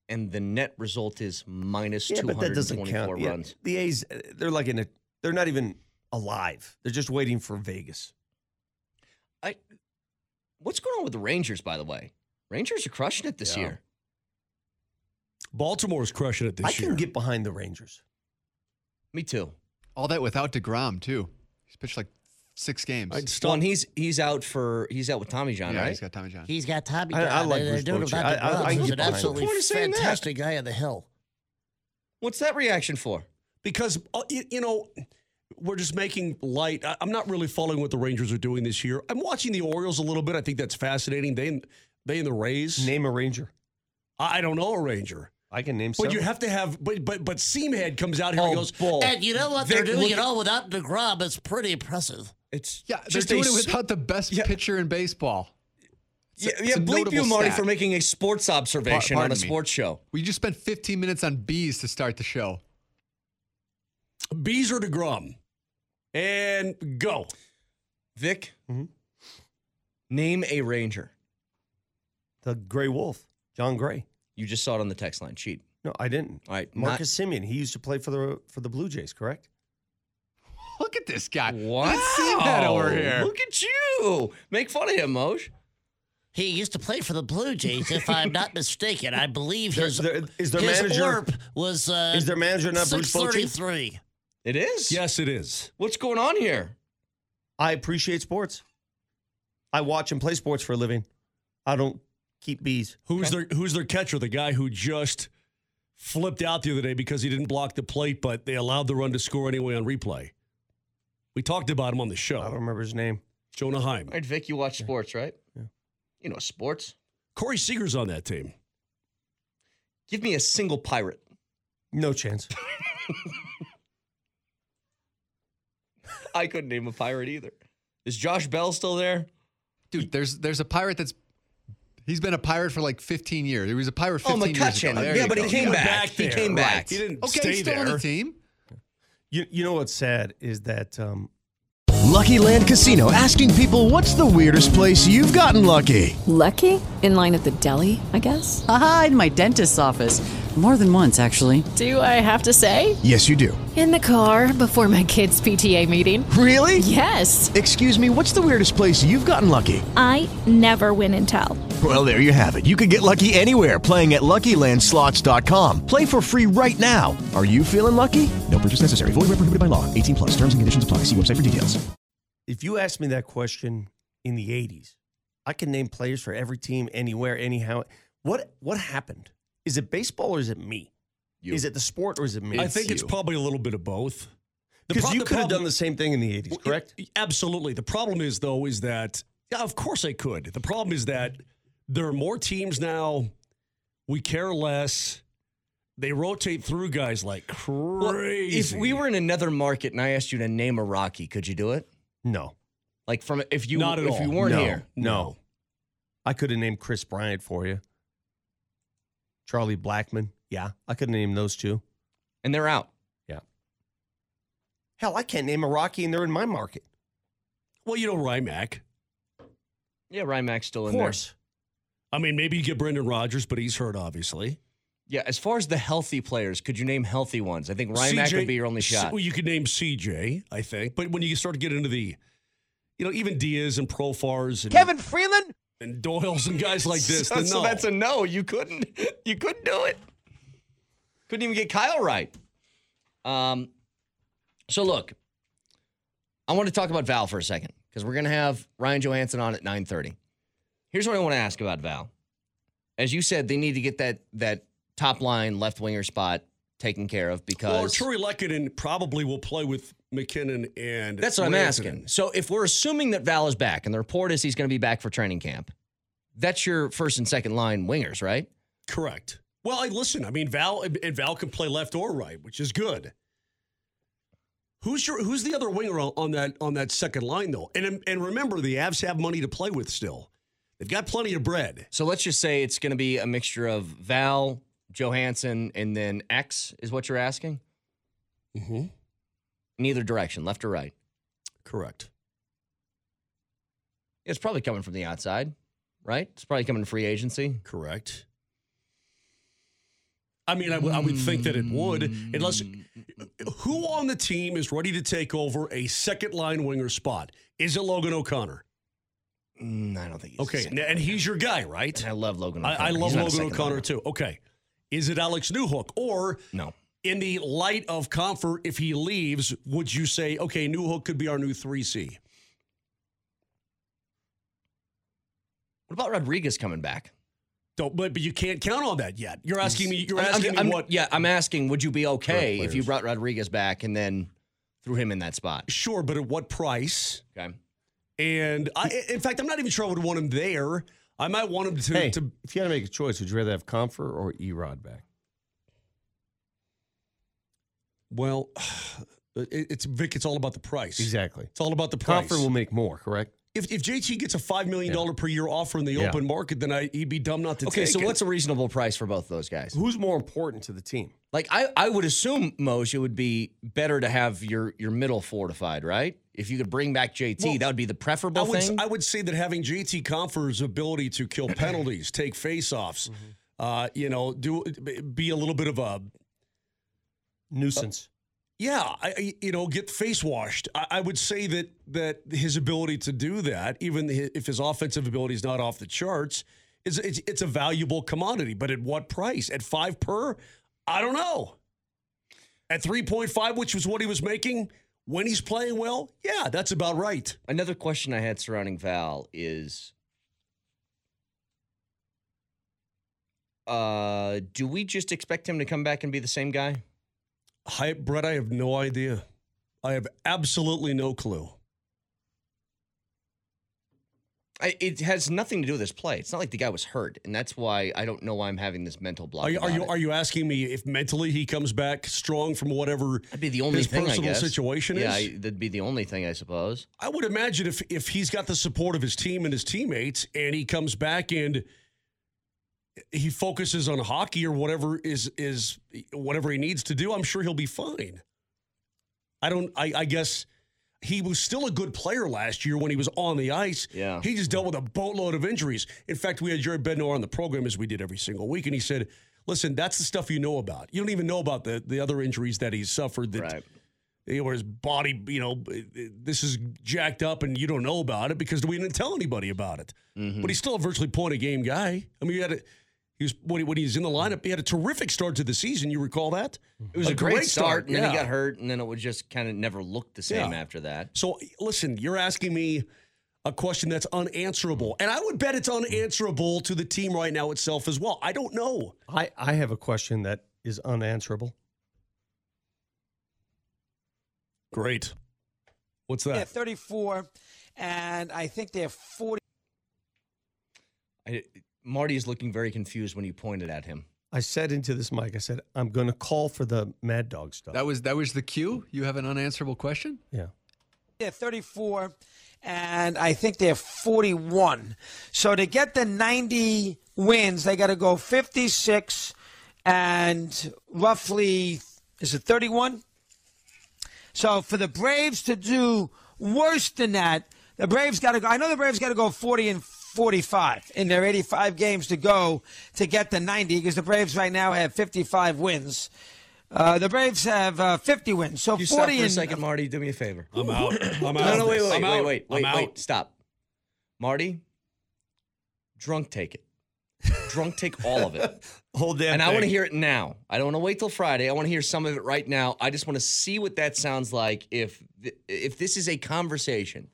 Speaker 4: And the net result is minus 224
Speaker 5: Yeah,
Speaker 4: runs.
Speaker 5: the A's, uh, they're like in a, they're not even alive. They're just waiting for Vegas.
Speaker 4: I what's going on with the Rangers, by the way? Rangers are crushing it this
Speaker 3: Yeah.
Speaker 4: year.
Speaker 3: Baltimore's crushing it this
Speaker 5: I
Speaker 3: year.
Speaker 5: can get behind the Rangers.
Speaker 4: Me too.
Speaker 6: All that without DeGrom, too. He's pitched like six games.
Speaker 4: I'd stop. Well, and he's he's out for he's out with Tommy John,
Speaker 6: Yeah,
Speaker 4: right?
Speaker 6: he's got Tommy John.
Speaker 12: He's got Tommy.
Speaker 4: I- I
Speaker 12: John.
Speaker 4: like
Speaker 12: They're
Speaker 4: Bruce
Speaker 12: doing
Speaker 4: Bochy.
Speaker 12: about the
Speaker 4: I- I- I
Speaker 12: Browns.
Speaker 4: can
Speaker 12: He's
Speaker 4: get
Speaker 12: an
Speaker 4: behind
Speaker 12: absolutely
Speaker 4: him. What is saying that?
Speaker 12: fantastic guy on the hill.
Speaker 4: What's that reaction for?
Speaker 3: Because, uh, you, you know, we're just making light. I, I'm not really following what the Rangers are doing this year. I'm watching the Orioles a little bit. I think that's fascinating. They, and- they and the Rays.
Speaker 5: Name a Ranger.
Speaker 3: I, I don't know a Ranger.
Speaker 5: I can name
Speaker 3: But you
Speaker 5: several.
Speaker 3: have to have, but but but Seamhead comes out
Speaker 5: Oh,
Speaker 3: here and goes,
Speaker 12: And you know what they're
Speaker 3: Vic,
Speaker 12: doing?
Speaker 3: look-
Speaker 12: You know, without DeGrom, it's pretty impressive.
Speaker 4: It's
Speaker 6: yeah, they're doing it without the best pitcher in baseball. It's a-
Speaker 4: Yeah,
Speaker 6: it's
Speaker 4: yeah
Speaker 6: a
Speaker 4: bleep you,
Speaker 6: notable
Speaker 4: Marty,
Speaker 6: stat.
Speaker 4: for making a sports
Speaker 6: Pa-
Speaker 4: observation on
Speaker 6: pardon
Speaker 4: a
Speaker 6: me.
Speaker 4: sports show.
Speaker 6: We just spent 15 minutes on bees to start the show.
Speaker 3: Bees or DeGrom? And go.
Speaker 4: Vic, name a Ranger.
Speaker 5: The Gray Wolf, John Gray.
Speaker 4: You just saw it on the text line. Cheat.
Speaker 5: No, I didn't.
Speaker 4: All right,
Speaker 5: Marcus
Speaker 4: not-
Speaker 5: Simeon. He used to play for the for the Blue Jays, correct?
Speaker 6: Look at this guy.
Speaker 4: Wow.
Speaker 6: Let's see that over here.
Speaker 4: Look at you. Make fun of him, Moj.
Speaker 12: He used to play for the Blue Jays, if I'm not mistaken. I believe his
Speaker 5: there- is their
Speaker 12: his
Speaker 5: manager-
Speaker 12: ORP was uh,
Speaker 5: Is their manager not Bruce Bochy?
Speaker 12: 633.
Speaker 4: It is?
Speaker 3: Yes, it is.
Speaker 4: What's going on here?
Speaker 5: I appreciate sports. I watch and play sports for a living. I don't keep bees.
Speaker 3: Who's their Who's their catcher? The guy who just flipped out the other day because he didn't block the plate, but they allowed the run to score anyway on replay. We talked about him on the show. I don't
Speaker 5: remember his name.
Speaker 3: Jonah Heim.
Speaker 4: All right, Vic, you watch sports, right? Yeah. You know sports.
Speaker 3: Corey Seager's on that team.
Speaker 4: Give me a single pirate.
Speaker 5: No chance.
Speaker 4: I couldn't name a pirate either. Is Josh Bell still there?
Speaker 6: Dude, there's there's a pirate that's he's been a pirate for like 15 years. He was a pirate
Speaker 4: Oh,
Speaker 6: 15 years ago.
Speaker 4: McCutcheon.
Speaker 6: There
Speaker 4: Yeah,
Speaker 6: you
Speaker 4: but he
Speaker 6: go.
Speaker 4: came back. He
Speaker 6: there.
Speaker 4: came back.
Speaker 6: Right.
Speaker 4: He didn't
Speaker 6: okay,
Speaker 4: stay
Speaker 6: he's still on
Speaker 4: there.
Speaker 6: the team.
Speaker 5: You you know what's sad is that um,
Speaker 13: Lucky Land Casino asking people what's the weirdest place you've gotten lucky?
Speaker 14: Lucky? In line at the deli, I guess? Aha, in my dentist's office. More than once, actually.
Speaker 15: Do I have to say?
Speaker 13: Yes, you do.
Speaker 15: In the car before my kids' PTA meeting.
Speaker 13: Really?
Speaker 15: Yes.
Speaker 13: Excuse me, what's the weirdest place you've gotten lucky?
Speaker 16: I never win and tell.
Speaker 13: Well, there you have it. You can get lucky anywhere playing at LuckyLandSlots.com. Play for free right now. Are you feeling lucky? No purchase necessary. Void where prohibited by law. 18 plus. Terms and conditions apply. See website for details.
Speaker 5: if you asked me that question in the '80s, I can name players for every team, anywhere, anyhow. What what happened? Is it baseball or is it me? Is it the sport or is it me?
Speaker 3: I think it's probably a little bit of both. The
Speaker 5: because
Speaker 3: prob-
Speaker 5: you
Speaker 3: the
Speaker 5: could have
Speaker 3: problem-
Speaker 5: done the same thing in the '80s, correct?
Speaker 3: Absolutely. The problem is though is that yeah, of course I could. The problem is that there are more teams now. We care less. They rotate through guys like crazy.
Speaker 4: Well, if we were in another market and I asked you to name a Rocky, could you do it?
Speaker 5: No.
Speaker 4: Like from if you
Speaker 5: Not at
Speaker 4: if
Speaker 5: all.
Speaker 4: you weren't
Speaker 5: No,
Speaker 4: here.
Speaker 5: No. I could have named Chris Bryant for you. Charlie Blackman. Yeah. I could have named those two.
Speaker 4: And they're out.
Speaker 5: Yeah. Hell, I can't name a Rocky and they're in my market.
Speaker 3: Well, you know Rymac.
Speaker 4: Yeah, Rymac's still
Speaker 3: Of
Speaker 4: in there.
Speaker 3: course. I mean, maybe you get Brendan Rodgers, but he's hurt, obviously.
Speaker 4: Yeah, as far as the healthy players, could you name healthy ones? I think Rymac
Speaker 3: CJ
Speaker 4: would be your only shot.
Speaker 3: Well, you could name CJ, I think. But when you start to get into the, you know, even Diaz and Profars and
Speaker 17: Kevin Freeland?
Speaker 3: and Doyle's and guys like this,
Speaker 4: So,
Speaker 3: then
Speaker 4: so
Speaker 3: no.
Speaker 4: that's a no. You couldn't. You couldn't do it. Couldn't even get Kyle right. Um. So look, I want to talk about Val for a second because we're gonna have Ryan Johansson on at nine thirty. Here's what I want to ask about Val. As you said, they need to get that that top line left winger spot taken care of
Speaker 3: Well,
Speaker 4: because
Speaker 3: Troy Lekkonen probably will play with McKinnon and
Speaker 4: that's what I'm
Speaker 3: Rantanen.
Speaker 4: asking. So if we're assuming that Val is back and the report is he's going to be back for training camp, that's your first and second line wingers, right?
Speaker 3: Correct. Well, I listen. I mean, Val and Val can play left or right, which is good. Who's your Who's the other winger on, on that on that second line though? And and remember, the Avs have money to play with still. They've got plenty of bread.
Speaker 4: So let's just say it's going to be a mixture of Val, Johansson, and then X is what you're asking?
Speaker 3: Mm-hmm.
Speaker 4: In either direction, left or right.
Speaker 3: Correct.
Speaker 4: It's probably coming from the outside, right? It's probably coming free agency.
Speaker 3: Correct. I mean, I would- I would think that it would, unless who on the team is ready to take over a second line winger spot? Is it Logan O'Connor?
Speaker 4: Mm, I don't think. He's
Speaker 3: Okay, and he's your guy, right?
Speaker 4: I love Logan.
Speaker 3: I, I
Speaker 4: O'Connor.
Speaker 3: love
Speaker 4: He's not a
Speaker 3: Logan
Speaker 4: second
Speaker 3: O'Connor
Speaker 4: liner.
Speaker 3: too. Okay. Is it Alex Newhook? Or
Speaker 4: no.
Speaker 3: in the light of Comfort, if he leaves, would you say, okay, Newhook could be our new 3C?
Speaker 4: What about Rodriguez coming back?
Speaker 3: Don't but, but you can't count on that yet. You're asking me you're
Speaker 4: I'm- I'm-
Speaker 3: asking me
Speaker 4: I'm-
Speaker 3: what
Speaker 4: Yeah, I'm asking. Would you be okay
Speaker 3: Current
Speaker 4: if you
Speaker 3: players.
Speaker 4: brought Rodriguez back and then threw him in that spot?
Speaker 3: Sure, but at what price?
Speaker 4: Okay.
Speaker 3: And I in fact I'm not even sure I would want him there. I might want him to,
Speaker 5: hey,
Speaker 3: to
Speaker 5: if you had to make a choice, would you rather have Comfer or Erod back?
Speaker 3: well it- it's Vic, it's all about the price.
Speaker 5: Exactly.
Speaker 3: It's all about the price.
Speaker 5: Comfer will make more, correct?
Speaker 3: If, if JT gets a five million dollar per year offer in the
Speaker 5: Yeah.
Speaker 3: open market, then I, he'd be dumb not to
Speaker 4: Okay,
Speaker 3: take
Speaker 4: so
Speaker 3: it.
Speaker 4: what's a reasonable price for both of those guys?
Speaker 5: Who's more important to the team?
Speaker 4: Like I, I would assume Moj, it would be better to have your your middle fortified, right? If you could bring back JT,
Speaker 3: Well,
Speaker 4: that would be the preferable
Speaker 3: I would,
Speaker 4: thing.
Speaker 3: I would say that having JT Confer's ability to kill penalties, take faceoffs,
Speaker 4: Mm-hmm.
Speaker 3: uh, you know, do be a little bit of a Uh,
Speaker 5: Nuisance.
Speaker 3: yeah, I- I, you know, get face washed. I, I would say that that his ability to do that, even hi- if his offensive ability is not off the charts, is it's, it's a valuable commodity. But at what price? At five per? I don't know. At three point five, which was what he was making when he's playing well, yeah, that's about right.
Speaker 4: Another question I had surrounding Val is uh do we just expect him to come back and be the same guy?
Speaker 3: I, Brett, I have no idea. I have absolutely no clue.
Speaker 4: I, it has nothing to do with his play. It's not like the guy was hurt, and that's why I don't know why I'm having this mental block.
Speaker 3: Are you, are
Speaker 4: about
Speaker 3: you
Speaker 4: it.
Speaker 3: are you asking me if mentally he comes back strong from whatever
Speaker 4: That'd be the only
Speaker 3: his
Speaker 4: thing,
Speaker 3: personal
Speaker 4: I guess.
Speaker 3: situation
Speaker 4: yeah,
Speaker 3: is?
Speaker 4: I- that'd be the only thing, I suppose.
Speaker 3: I would imagine if if he's got the support of his team and his teammates, and he comes back and he focuses on hockey or whatever is is whatever he needs to do, I'm sure he'll be fine. I don't. I, I guess he was still a good player last year when he was on the ice.
Speaker 4: Yeah.
Speaker 3: He just dealt with a boatload of injuries. In fact, we had Jared Bednar on the program as we did every single week, and he said, "Listen, that's the stuff you know about. You don't even know about the the other injuries that he's suffered that." you know, Or his body, you know, this is jacked up and you don't know about it because we didn't tell anybody about it.
Speaker 4: Mm-hmm.
Speaker 3: But he's still a virtually point a game guy. I mean, he had a, he was when he, when he was in the lineup, he had a terrific start to the season. You recall that?
Speaker 4: It was a, great, start, and then he
Speaker 3: yeah.
Speaker 4: got hurt, and then it would just kind of never look the same
Speaker 3: Yeah.
Speaker 4: after that.
Speaker 3: So listen, you're asking me a question that's unanswerable, and I would bet it's unanswerable to the team right now itself as well. I don't know.
Speaker 5: I, I have a question that is unanswerable.
Speaker 3: Great. What's
Speaker 17: They're 34, and I think they're 40.
Speaker 4: I, Marty is looking very confused when you pointed at him.
Speaker 5: I said into this mic, I said, I'm going to call for the Mad Dog stuff.
Speaker 6: That was that was the cue. You have an unanswerable question.
Speaker 5: yeah.
Speaker 17: They're 34, and I think they're 41. So to get the 90 wins, they got to go 56 and roughly, is it 31?
Speaker 5: So for the Braves to do worse than that, the Braves got to go. I know the Braves got to go 40 and 45 in their 85 games to go to get to 90 because the Braves right now have 55 wins. Uh, the Braves have uh, 50 wins. So
Speaker 4: You stop
Speaker 5: 40
Speaker 4: for a
Speaker 5: and
Speaker 4: second, Marty. Do me a favor.
Speaker 3: I'm out. I'm
Speaker 4: No,
Speaker 3: out.
Speaker 4: no, wait, wait,
Speaker 3: I'm
Speaker 4: wait,
Speaker 3: out.
Speaker 4: wait,
Speaker 3: I'm
Speaker 4: wait, wait.
Speaker 3: out.
Speaker 4: Stop, Marty. Drunk, take it. Drunk, take all of it.
Speaker 6: Hold damn.
Speaker 4: And I want to
Speaker 6: thing.
Speaker 4: hear it now. I don't want to wait till Friday. I want to hear some of it right now. I just want to see what that sounds like. If th- if this is a conversation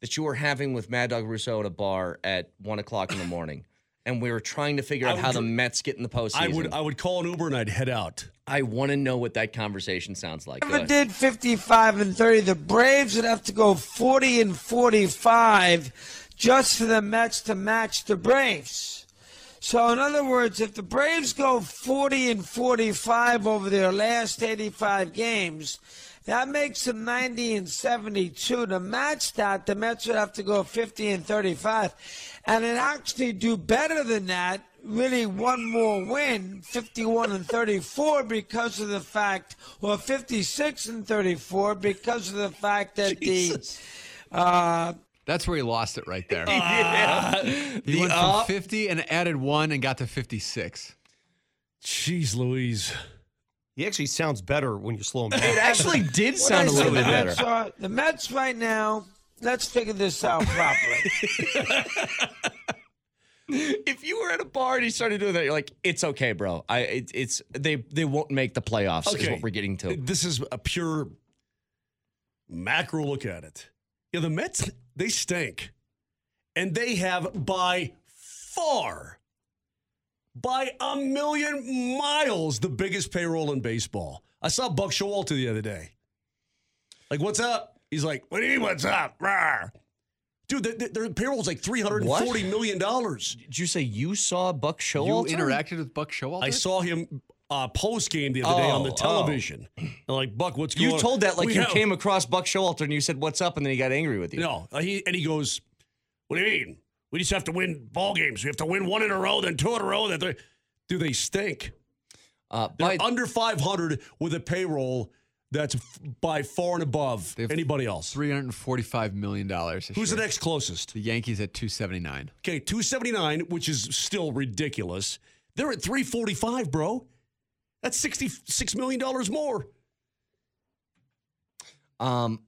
Speaker 4: that you were having with Mad Dog Russo at a bar at one o'clock in the morning, and we were trying to figure
Speaker 3: I
Speaker 4: out how
Speaker 3: would
Speaker 4: the
Speaker 3: dr-
Speaker 4: Mets get in the postseason,
Speaker 3: I would I would call an Uber and I'd head out.
Speaker 4: I want to know what that conversation sounds like. Go
Speaker 5: Never
Speaker 4: ahead.
Speaker 5: did 55 and 30. The Braves would have to go 40 and 45 just for the Mets to match the Braves. So, in other words, if the Braves go 40 and 45 over their last 85 games, that makes them 90 and 72. To match that, the Mets would have to go 50 and 35. And it actually do better than that, really one more win, 51 and 34, because of the fact, or 56 and 34, because of the fact that the. Uh,
Speaker 18: That's where he lost it right there. He
Speaker 3: The
Speaker 18: went
Speaker 3: up.
Speaker 18: from 50 and added one and got to 56.
Speaker 3: Jeez Louise.
Speaker 6: He actually sounds better when you slow him down.
Speaker 4: It actually did sound a
Speaker 5: What I
Speaker 4: little bit
Speaker 5: said, the Mets
Speaker 4: better.
Speaker 5: are- the Mets right now, let's figure this out properly.
Speaker 4: if you were at a bar and you started doing that, you're like, it's okay, bro. I it, it's they they won't make the playoffs. Is
Speaker 3: Okay.
Speaker 4: what we're getting to.
Speaker 3: This is a pure macro look at it. Yeah, the Mets they stink, and they have by far, by a million miles, the biggest payroll in baseball. I saw Buck Showalter the other day. Like, what's up? He's like, what do you mean, what's up? Rawr. Dude, their, their payroll's like three hundred and forty million dollars.
Speaker 4: Did you say you saw Buck
Speaker 18: You
Speaker 4: Showalter?
Speaker 18: interacted with Buck Showalter?
Speaker 3: I saw him uh, post game the other day on
Speaker 4: Oh,
Speaker 3: the
Speaker 4: oh.
Speaker 3: television. And like Buck, what's going
Speaker 4: You
Speaker 3: on?
Speaker 4: told that like
Speaker 3: We
Speaker 4: you
Speaker 3: have-
Speaker 4: came across Buck Showalter and you said what's up, and then he got angry with you.
Speaker 3: No, uh, he and he goes, "What do you mean? We just have to win ball games. We have to win one in a row, then two in a row, then three. Do they stink?
Speaker 4: Uh,
Speaker 3: They're under 500 with a payroll that's f- by far and above anybody else.
Speaker 18: $345 million.
Speaker 3: Who's the next closest?
Speaker 18: The Yankees at 279.
Speaker 3: Okay, 279, which is still ridiculous. They're at 345, bro. That's 66 million dollars more.
Speaker 4: Um,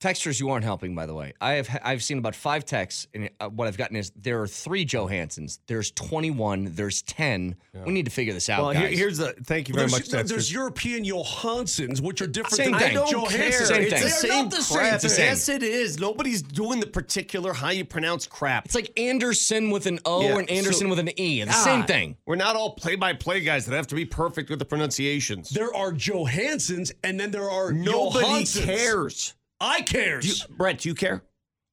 Speaker 4: texters, you aren't helping, by the way. I have I've seen about five texts, and uh, what I've gotten is there are three Johansons. There's 21. There's 10. We need to figure this out.
Speaker 6: Well, here-
Speaker 4: guys.
Speaker 6: here's the thank you very
Speaker 3: there's,
Speaker 6: much. Dexter.
Speaker 3: There's European Johansons, which are different
Speaker 6: Same
Speaker 3: than
Speaker 6: thing. I don't
Speaker 3: Johansson.
Speaker 6: care.
Speaker 3: They
Speaker 6: It's
Speaker 3: are
Speaker 6: the same
Speaker 3: not the
Speaker 6: crap.
Speaker 3: same. thing.
Speaker 6: Yes, it is. Nobody's doing the particular how you pronounce crap. It's
Speaker 4: like Anderson with an O and Anderson with an E. It's the same thing.
Speaker 6: We're not all play-by-play guys that have to be perfect with the pronunciations.
Speaker 3: There are Johansons, and then there are
Speaker 6: Nobody
Speaker 3: Johanssons.
Speaker 6: cares.
Speaker 3: I
Speaker 6: Do you,
Speaker 3: cares.
Speaker 6: Brett, do you care?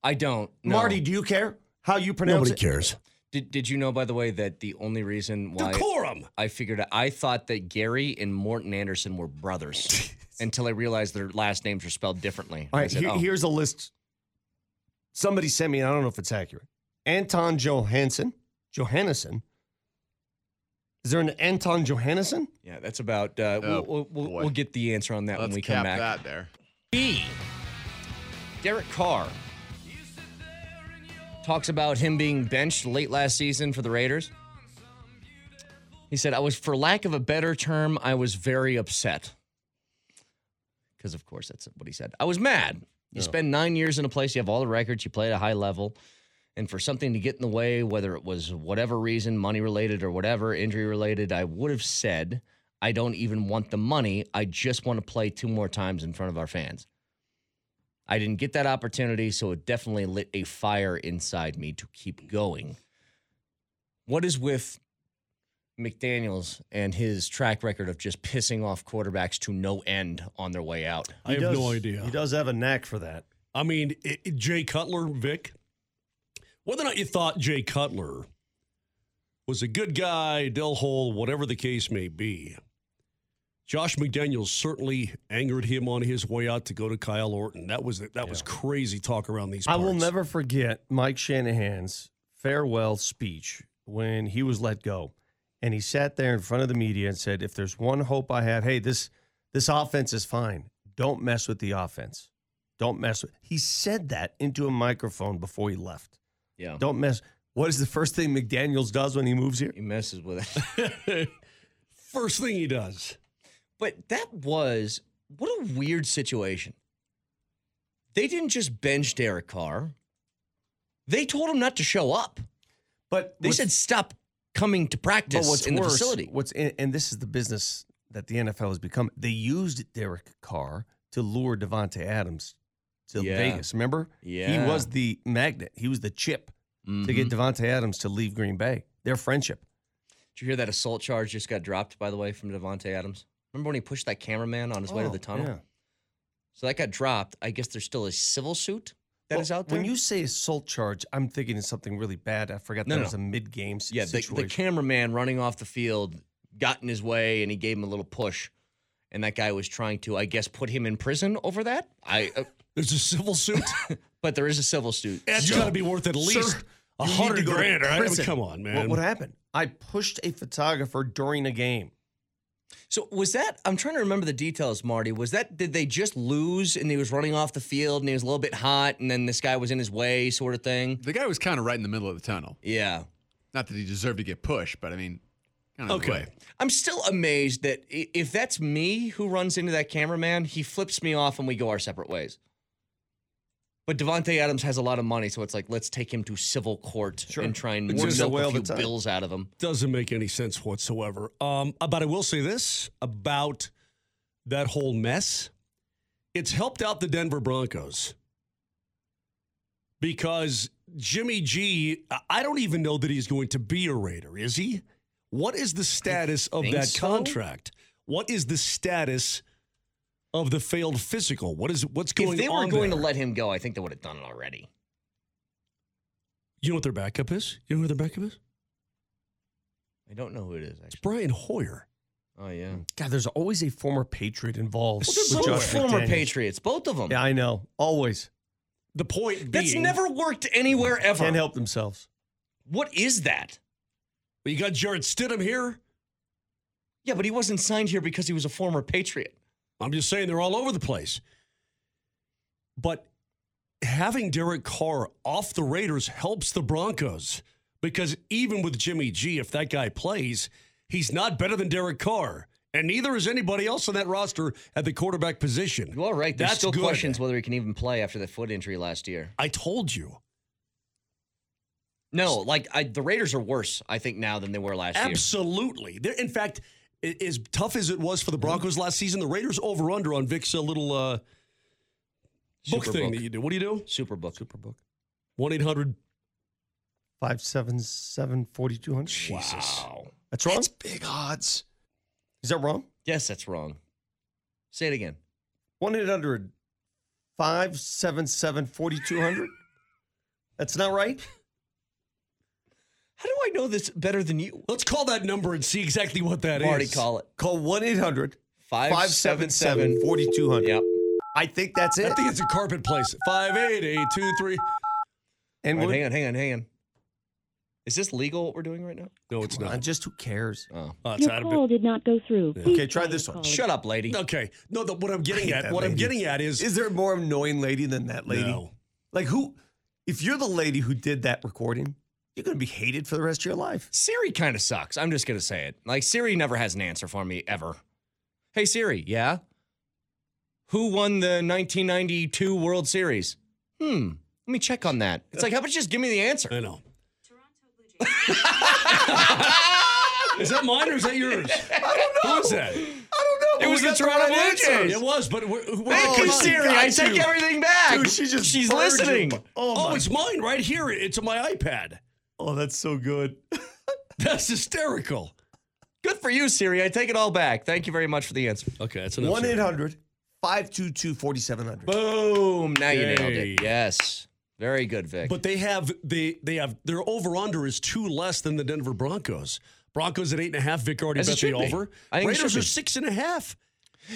Speaker 4: I don't. no.
Speaker 6: Marty, do you care how you pronounce
Speaker 3: Nobody
Speaker 6: it?
Speaker 3: cares.
Speaker 4: Did, did you know, by the way, that the only reason why
Speaker 3: Decorum!
Speaker 4: I figured out, I thought that Gary and Morton Anderson were brothers until I realized their last names are spelled differently.
Speaker 6: All
Speaker 4: I
Speaker 6: right,
Speaker 4: said,
Speaker 6: here-
Speaker 4: "Oh."
Speaker 6: here's a list. Somebody sent me, and I don't know if it's accurate. Anton Johansson. Johannesson. Is there an Anton Johannesson?
Speaker 4: yeah, that's about. Uh,
Speaker 6: Oh,
Speaker 4: we'll, we'll, we'll get the answer on that when
Speaker 18: Let's
Speaker 4: we
Speaker 18: cap
Speaker 4: come back.
Speaker 18: that there.
Speaker 4: B. Derek Carr talks about him being benched late last season for the Raiders. He said, I was, for lack of a better term, I was very upset. Because, of course, that's what he said. I was mad. You spend nine years in a place, you have all the records, you play at a high level. And for something to get in the way, whether it was whatever reason, money related or whatever, injury related, I would have said, I don't even want the money. I just want to play two more times in front of our fans. I didn't get that opportunity, so it definitely lit a fire inside me to keep going. What is with McDaniels and his track record of just pissing off quarterbacks to no end on their way out?
Speaker 3: I have
Speaker 6: He does-
Speaker 3: no idea.
Speaker 6: He does have a knack for that.
Speaker 3: I mean, it, it- Jay Cutler, Vic. Whether or not you thought Jay Cutler was a good guy, Del Hole, whatever the case may be, Josh McDaniels certainly angered him on his way out to go to Kyle Orton. That was that was crazy talk around these.
Speaker 6: I
Speaker 3: Parts.
Speaker 6: will never forget Mike Shanahan's farewell speech when he was let go. And he sat there in front of the media and said, if there's one hope I have, hey, this this offense is fine.
Speaker 5: Don't mess with the offense. Don't mess with. He said that into a microphone before he left.
Speaker 4: Yeah.
Speaker 5: Don't mess. What is the first thing McDaniels does when he moves here? He
Speaker 4: messes with it.
Speaker 3: First thing he does.
Speaker 4: But that was what a weird situation. They didn't just bench Derek Carr. They told him not to show up.
Speaker 5: But
Speaker 4: they said stop coming to practice in the facility.
Speaker 5: What's in, and this is the business that the NFL has become. They used Derek Carr to lure Devonte Adams to
Speaker 4: Yeah.
Speaker 5: Vegas. Remember?
Speaker 4: Yeah.
Speaker 5: He was the magnet. He was the chip to get Devonte Adams to leave Green Bay. Their friendship.
Speaker 4: Did you hear that assault charge just got dropped, by the way, from Devonte Adams? Remember when he pushed that cameraman on his way to
Speaker 5: Oh,
Speaker 4: the tunnel?
Speaker 5: yeah.
Speaker 4: So that got dropped. I guess there's still a civil suit that is
Speaker 5: Well,
Speaker 4: out there.
Speaker 5: When you say assault charge, I'm thinking it's something really bad. I forgot
Speaker 4: No,
Speaker 5: that
Speaker 4: no.
Speaker 5: was a mid-game s-
Speaker 4: yeah, the,
Speaker 5: situation.
Speaker 4: the cameraman running off the field got in his way, and he gave him a little push. And that guy was trying to, I guess, put him in prison over that. I uh,
Speaker 3: there's a civil suit,
Speaker 4: but there is a civil suit.
Speaker 3: That's
Speaker 4: So-
Speaker 3: got to be worth at least a
Speaker 5: You need to
Speaker 3: hundred
Speaker 5: go to
Speaker 3: grand, right? I mean,
Speaker 5: prison.
Speaker 3: come on, man.
Speaker 5: What, what happened? I pushed a photographer during a game.
Speaker 4: So was that? I'm trying to remember the details, Marty. Was that? Did they just lose and he was running off the field and he was a little bit hot and then this guy was in his way, sort of thing?
Speaker 6: The guy was kind of right in the middle of the tunnel.
Speaker 4: Yeah.
Speaker 6: Not that he deserved to get pushed, but I mean, kind of in the way.
Speaker 4: I'm still amazed that i- if that's me who runs into that cameraman, he flips me off and we go our separate ways. But Devonte Adams has a lot of money, so it's like let's take him to civil court and try and
Speaker 3: It's
Speaker 4: milk
Speaker 3: just the way
Speaker 4: a
Speaker 3: all the
Speaker 4: few
Speaker 3: time.
Speaker 4: bills out of him.
Speaker 3: Doesn't make any sense whatsoever. Um, but I will say this about that whole mess. It's helped out the Denver Broncos because Jimmy G, I- I don't even know that he's going to be a Raider, is he? What is the status of
Speaker 4: think
Speaker 3: that
Speaker 4: so.
Speaker 3: contract? What is the status of the failed physical? What is what's going on?
Speaker 4: If they were
Speaker 3: there?
Speaker 4: going to let him go, I think they would have done it already.
Speaker 3: You know what their backup is? You know who their backup is?
Speaker 4: I don't know who it is. Actually.
Speaker 3: Brian Hoyer.
Speaker 4: Oh yeah.
Speaker 5: God, there's always a former Patriot involved.
Speaker 4: Well, they're
Speaker 5: with
Speaker 4: both
Speaker 5: Hmm. Josh
Speaker 4: former
Speaker 5: McDaniels.
Speaker 4: Patriots, both of them.
Speaker 5: Yeah, I know. Always.
Speaker 3: The point
Speaker 4: That's
Speaker 3: being-
Speaker 4: never worked anywhere ever.
Speaker 5: Can't help themselves.
Speaker 4: What is that?
Speaker 3: Well, you got Jared Stidham here.
Speaker 4: Yeah, but he wasn't signed here because he was a former Patriot.
Speaker 3: I'm just saying they're all over the place. But having Derek Carr off the Raiders helps the Broncos because even with Jimmy G, if that guy plays, he's not better than Derek Carr. And neither is anybody else on that roster at the quarterback position.
Speaker 4: You are right. There's
Speaker 3: That's
Speaker 4: still
Speaker 3: good.
Speaker 4: questions whether he can even play after the foot injury last year.
Speaker 3: I told you.
Speaker 4: No, like I, the Raiders are worse, I think, now than they were last year.
Speaker 3: Absolutely. They're, in fact, i- as tough as it was for the Broncos last season, the Raiders over under on Vic's uh, little uh, book
Speaker 4: Superbook.
Speaker 3: thing that you do. What do you do?
Speaker 4: Superbook.
Speaker 5: Superbook.
Speaker 3: 1 800.
Speaker 5: 577 4200. Jesus. That's wrong?
Speaker 6: big odds.
Speaker 5: Is that wrong?
Speaker 4: Yes, that's wrong. Say it again.
Speaker 5: 1 800 577 4200. That's not right?
Speaker 4: How do I know this better than you?
Speaker 3: Let's call that number and see exactly what that is.
Speaker 4: Marty, call it.
Speaker 5: Call 1 800
Speaker 4: 577
Speaker 5: 577 4200.
Speaker 4: Yep.
Speaker 5: I think that's it.
Speaker 3: I think it's a carpet place. 58823.
Speaker 5: And
Speaker 4: All right,
Speaker 5: what-
Speaker 4: hang on, hang on, hang on. Is this legal what we're doing right now?
Speaker 3: No, it's not.
Speaker 5: Just who cares?
Speaker 4: Oh,
Speaker 3: it's out of
Speaker 19: did not go through.
Speaker 5: Okay, try this one.
Speaker 4: Shut up, lady.
Speaker 3: Okay. No, the, what I'm
Speaker 5: I
Speaker 3: getting
Speaker 5: hate
Speaker 3: at,
Speaker 5: that
Speaker 3: what I'm
Speaker 5: lady.
Speaker 3: getting at is
Speaker 5: Is there a more annoying lady than that lady?
Speaker 3: No.
Speaker 5: Like who if you're the lady who did that recording, you're gonna be hated for the rest of your life.
Speaker 4: Siri kind of sucks. I'm just going to say it. Like, Siri never has an answer for me, ever. Hey, Siri, yeah? Who won the 1992 World Series? Hmm. Let me check on that. It's like, how about you just give me the answer? I
Speaker 3: know. Is that mine or is that yours? I
Speaker 5: don't
Speaker 3: know. Who was that?
Speaker 5: I don't know.
Speaker 4: It was the Toronto Blue Jays.
Speaker 3: It was, but we're, we're,
Speaker 4: Thank you, Siri. I take everything back.
Speaker 5: Dude, she just
Speaker 4: She's
Speaker 5: burned your
Speaker 4: listening.
Speaker 5: bu-
Speaker 3: Oh,
Speaker 5: Oh, my-
Speaker 3: it's mine right here. It's on my iPad.
Speaker 5: Oh, that's so good.
Speaker 3: That's hysterical.
Speaker 4: Good for you, Siri. I take it all back. Thank you very much for the answer.
Speaker 3: Okay, that's
Speaker 5: 1 800 522 4700.
Speaker 4: Boom. Now you nailed
Speaker 3: Yay.
Speaker 4: it. Yes. Very good, Vic.
Speaker 3: But they have they they have their over under is two less than the Denver Broncos. Broncos at eight and a half. Vic already
Speaker 4: As it
Speaker 3: bet the
Speaker 4: should be.
Speaker 3: over.
Speaker 4: I think it
Speaker 3: Raiders
Speaker 4: should
Speaker 3: are
Speaker 4: be.
Speaker 3: six and a half.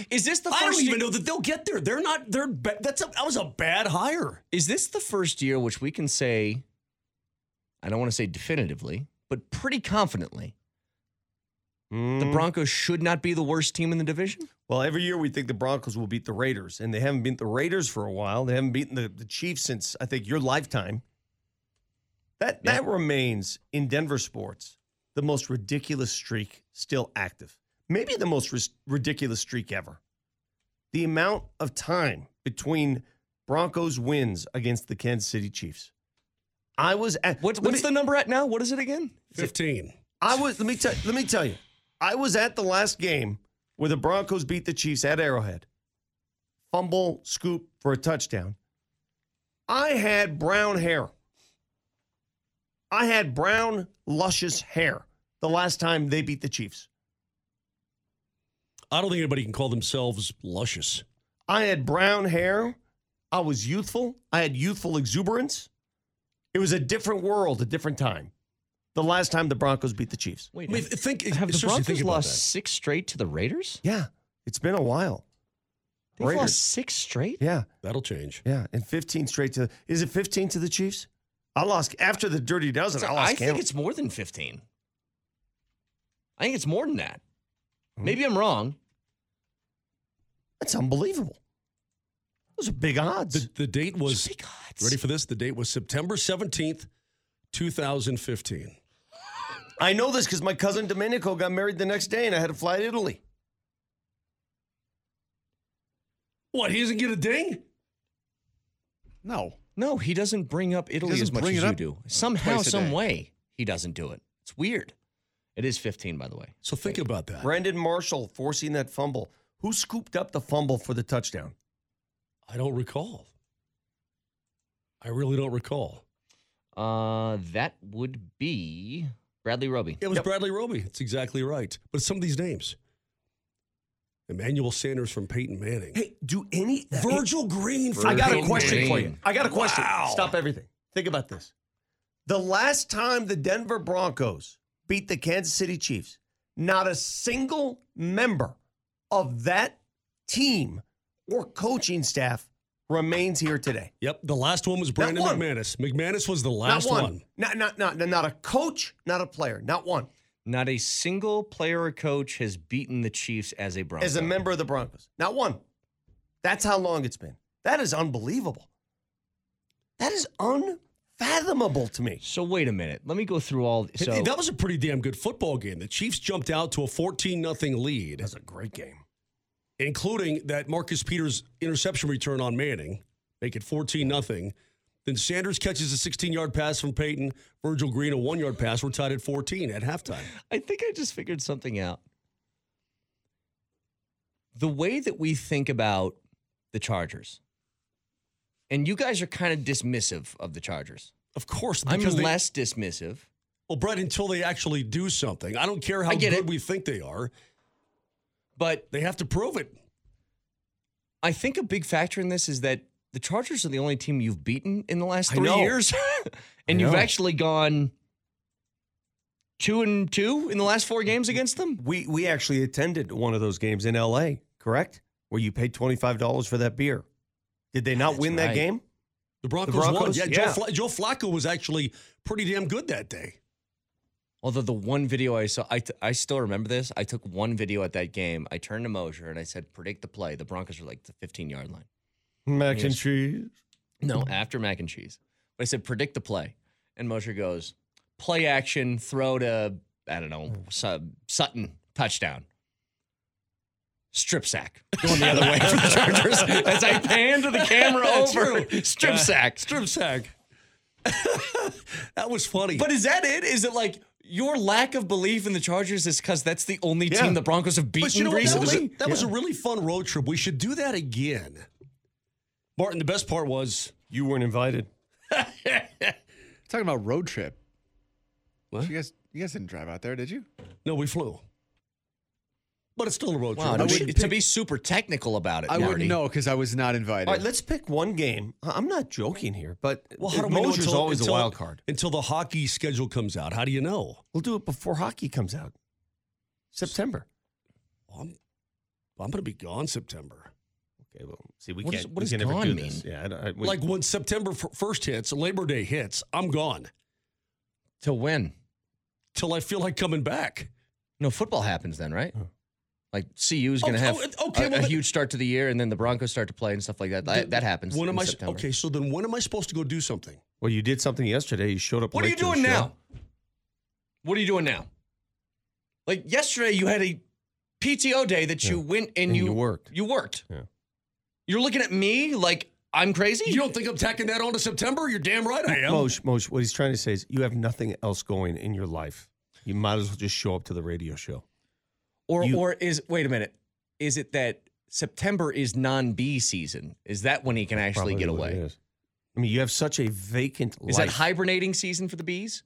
Speaker 4: Is this the
Speaker 3: I don't
Speaker 4: first
Speaker 3: even
Speaker 4: year-
Speaker 3: know that they'll get there. They're not. They're ba- that's a, that was a bad hire.
Speaker 4: Is this the first year which we can say, I don't want to say definitively, but pretty confidently,
Speaker 3: Hmm.
Speaker 4: The Broncos should not be the worst team in the division.
Speaker 3: Well, every year we think the Broncos will beat the Raiders, and they haven't beat the Raiders for a while. They haven't beaten the, the Chiefs since I think your lifetime. That that remains in Denver sports the most ridiculous streak still active. Maybe the most ris- ridiculous streak ever. The amount of time between Broncos wins against the Kansas City Chiefs. I was at
Speaker 4: what's the number at now? What is it again?
Speaker 6: 15.
Speaker 3: I was let me tell let me tell you. I was at the last game where the Broncos beat the Chiefs at Arrowhead. Fumble, scoop for a touchdown. I had brown hair. I had brown luscious hair the last time they beat the Chiefs.
Speaker 6: I don't think anybody can call themselves luscious.
Speaker 3: I had brown hair. I was youthful. I had youthful exuberance. It was a different world, a different time. The last time the Broncos beat the Chiefs.
Speaker 6: Wait, I mean, think,
Speaker 4: Have
Speaker 6: seriously,
Speaker 4: the
Speaker 6: think
Speaker 4: Broncos
Speaker 6: about
Speaker 4: lost
Speaker 6: that.
Speaker 4: six straight to the Raiders?
Speaker 3: Yeah, it's been a while.
Speaker 4: They've
Speaker 3: Raiders.
Speaker 4: lost six straight.
Speaker 3: Yeah.
Speaker 6: That'll change.
Speaker 3: Yeah, and 15 straight to is it 15 to the Chiefs? I lost after the Dirty Dozen.
Speaker 4: So
Speaker 3: I lost.
Speaker 4: I think
Speaker 3: count.
Speaker 4: it's more than 15. I think it's more than that. Maybe I'm wrong.
Speaker 3: Hmm? That's unbelievable. Those are big odds.
Speaker 6: The, the date was ready for this. The date was September seventeenth, two thousand fifteen.
Speaker 3: I know this because my cousin Domenico got married the next day, and I had to fly to Italy.
Speaker 6: What? He doesn't get a ding?
Speaker 20: No.
Speaker 4: No, he doesn't bring up Italy
Speaker 20: doesn't
Speaker 4: as much
Speaker 20: bring
Speaker 4: as
Speaker 20: it
Speaker 4: you
Speaker 20: up
Speaker 4: do. Somehow,
Speaker 20: twice a
Speaker 4: some
Speaker 20: day.
Speaker 4: way, he doesn't do it. It's weird. It is 15, by the way.
Speaker 6: So think about that.
Speaker 3: Brandon Marshall forcing that fumble. Who scooped up the fumble for the touchdown?
Speaker 6: I don't recall. I really don't recall.
Speaker 4: Uh, that would be Bradley Roby.
Speaker 6: It was Bradley Roby. That's exactly right. But some of these names. Emmanuel Sanders from Peyton Manning.
Speaker 3: Hey, do any
Speaker 6: Virgil Green from
Speaker 3: I got a
Speaker 6: Peyton
Speaker 3: question for
Speaker 6: Manning.
Speaker 3: you. I got a question.
Speaker 6: Wow.
Speaker 3: Stop everything. Think about this. The last time the Denver Broncos beat the Kansas City Chiefs, not a single member of that team or coaching staff remains here today.
Speaker 6: Yep. The last one was Brandon
Speaker 3: one.
Speaker 6: McManus. McManus was the last
Speaker 3: not one.
Speaker 6: one.
Speaker 3: Not, not not not a coach, not a player, not one
Speaker 4: Not a single player or coach has beaten the Chiefs as a Bronco.
Speaker 3: as a member of the Broncos. Not one. That's how long it's been. That is unbelievable. That is unfathomable to me.
Speaker 4: So wait a minute. Let me go through all.
Speaker 6: Hey,
Speaker 4: So
Speaker 6: that was a pretty damn good football game. The Chiefs jumped out to a 14 nothing lead. That's
Speaker 3: a great game.
Speaker 6: Including that Marcus Peters interception return on Manning, make it 14 nothing. Then Sanders catches a 16 yard pass from Peyton, Virgil Green a 1 yard pass. We're tied at 14 at halftime.
Speaker 4: I think I just figured something out. The way that we think about the Chargers, and you guys are kind of dismissive of the Chargers.
Speaker 6: Of course,
Speaker 4: I'm
Speaker 6: because they-
Speaker 4: less dismissive.
Speaker 6: Well, Brett, until they actually do something, I don't care how
Speaker 4: I get
Speaker 6: good
Speaker 4: it.
Speaker 6: we think they are,
Speaker 4: but
Speaker 6: they have to prove it.
Speaker 4: I think a big factor in this is that the Chargers are the only team you've beaten in the last
Speaker 3: I
Speaker 4: three
Speaker 3: know.
Speaker 4: years, and
Speaker 3: I
Speaker 4: you've
Speaker 3: know.
Speaker 4: actually gone two and two in the last four games against them.
Speaker 3: We we actually attended one of those games in L.A. Correct, where you paid twenty five dollars for that beer. Did they not win that
Speaker 4: right.
Speaker 3: game?
Speaker 6: The Broncos,
Speaker 3: Broncos?
Speaker 6: won. Yeah,
Speaker 3: Yeah.
Speaker 6: Joe, Fla- Joe Flacco was actually pretty damn good that day.
Speaker 4: Although the one video I saw, I, t- I still remember this. I took one video at that game. I turned to Mosher and I said, "Predict the play." The Broncos were like the 15 yard line.
Speaker 3: Mac
Speaker 4: and
Speaker 3: cheese.
Speaker 4: No, after mac and cheese. But I said, "Predict the play," and Mosher goes, "Play action, throw to I don't know Su- Sutton touchdown." Strip sack going the other way for the Chargers as I panned the camera
Speaker 6: That's
Speaker 4: over.
Speaker 6: true.
Speaker 4: Strip
Speaker 6: Yeah.
Speaker 4: sack.
Speaker 6: Strip sack. that was funny.
Speaker 4: But is that it? Is it like your lack of belief in the Chargers is because that's the only team the Broncos have beaten
Speaker 6: But you know what? That,
Speaker 4: recently?
Speaker 6: was a, that was a really fun road trip. We should do that again. Martin, the best part was
Speaker 3: You weren't invited.
Speaker 20: Talking about road trip.
Speaker 6: What?
Speaker 20: You guys, you guys didn't drive out there, did you?
Speaker 6: no, we flew. But it's still a road trip.
Speaker 4: Wow,
Speaker 20: I
Speaker 4: to, be,
Speaker 20: wouldn't
Speaker 4: to be super technical about it,
Speaker 20: I
Speaker 4: Marty.
Speaker 20: wouldn't know because I was not invited.
Speaker 3: All right, let's pick one game. I- I'm not joking here, but
Speaker 6: Well, how do we know
Speaker 3: Mosier's
Speaker 6: until-
Speaker 3: always
Speaker 6: until-
Speaker 3: a wild card.
Speaker 6: Until the hockey schedule comes out. How do you know?
Speaker 3: We'll do it before hockey comes out. September.
Speaker 6: I'm, I'm going to be gone September.
Speaker 3: Okay, well, see, we
Speaker 4: What
Speaker 3: can't.
Speaker 4: is- what does
Speaker 3: we can never
Speaker 4: gone
Speaker 3: do
Speaker 4: mean?
Speaker 3: this. Yeah, I, don't- I, we,
Speaker 6: Like when September f- 1st hits, Labor Day hits, I'm gone
Speaker 4: To win.
Speaker 6: till I feel like coming back.
Speaker 4: No, football happens then, right? Like CU is going to
Speaker 6: Okay,
Speaker 4: have
Speaker 6: oh, okay,
Speaker 4: a,
Speaker 6: well,
Speaker 4: a
Speaker 6: that-
Speaker 4: huge start to the year, and then the Broncos start to play and stuff like that. That, that happens.
Speaker 6: When am
Speaker 4: in
Speaker 6: I?
Speaker 4: September.
Speaker 6: Okay, so then when am I supposed to go do something?
Speaker 5: Well, you did something yesterday. You showed up.
Speaker 6: What are
Speaker 5: late
Speaker 6: you
Speaker 5: to the
Speaker 6: doing
Speaker 5: show.
Speaker 6: now? What are you doing now? Like yesterday, you had a PTO day that you went and, you, worked. You worked.
Speaker 5: Yeah.
Speaker 6: You're looking at me like I'm crazy. You don't think I'm tacking that on to September? You're damn right I am.
Speaker 5: Moshe, Moshe, what he's trying to say is you have nothing else going in your life. You might as well just show up to the radio show.
Speaker 4: Or
Speaker 5: You-
Speaker 4: or is wait a minute? Is it that September is non B season? Is that when he can actually
Speaker 5: Probably
Speaker 4: get
Speaker 5: what it
Speaker 4: away?
Speaker 5: is. I mean, you have such a vacant
Speaker 4: Is that
Speaker 5: life.
Speaker 4: hibernating season for the bees?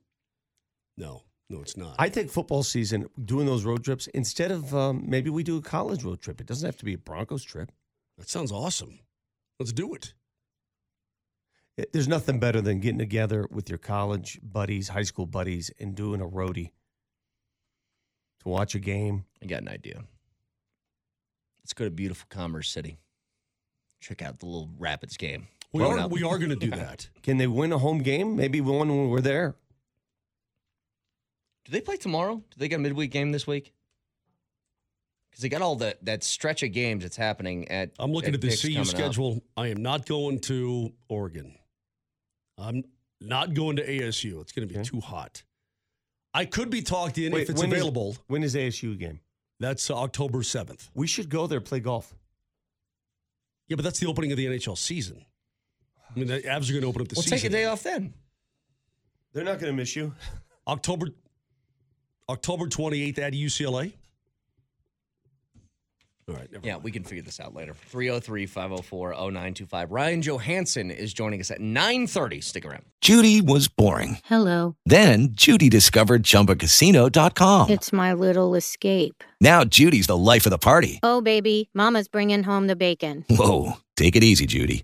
Speaker 6: No, no, it's not.
Speaker 5: I think football season, doing those road trips, instead of um, maybe we do a college road trip. It doesn't have to be a Broncos trip.
Speaker 6: That sounds awesome. Let's do it.
Speaker 5: It- There's nothing better than getting together with your college buddies, high school buddies, and doing a roadie to watch a game.
Speaker 4: I got an idea. Let's go to beautiful Commerce City. Check out the little Rapids game.
Speaker 6: We
Speaker 4: Growing
Speaker 6: are
Speaker 4: up.
Speaker 6: we are going to do that.
Speaker 5: Can they win a home game? Maybe one when we're there.
Speaker 4: Do they play tomorrow? Do they got a midweek game this week? Because they got all that that stretch of games that's happening at.
Speaker 6: I'm looking at the
Speaker 4: Dick's
Speaker 6: CU
Speaker 4: coming up.
Speaker 6: schedule. I am not going to Oregon. I'm not going to ASU. It's going to be too hot. I could be talked in if
Speaker 5: Wait,
Speaker 6: it's
Speaker 5: when is-
Speaker 6: available.
Speaker 5: when is ASU game?
Speaker 6: That's uh, October 7th.
Speaker 5: We should go there play golf.
Speaker 6: Yeah, but that's the opening of the NHL season. I mean, the Avs are going to open up the
Speaker 4: Well,
Speaker 6: season.
Speaker 4: take a day off then.
Speaker 5: They're not going to miss you.
Speaker 6: October October 28th at UCLA. All right.
Speaker 4: Yeah, we can figure this out later. 303-504-0925. Ryan Johansson is joining us at 9:30. Stick around.
Speaker 3: Judy was boring.
Speaker 10: Hello.
Speaker 3: Then Judy discovered ChumbaCasino.com.
Speaker 10: It's my little escape.
Speaker 3: Now Judy's the life of the party.
Speaker 10: Oh, baby, Mama's bringing home the bacon.
Speaker 3: Whoa, take it easy, Judy.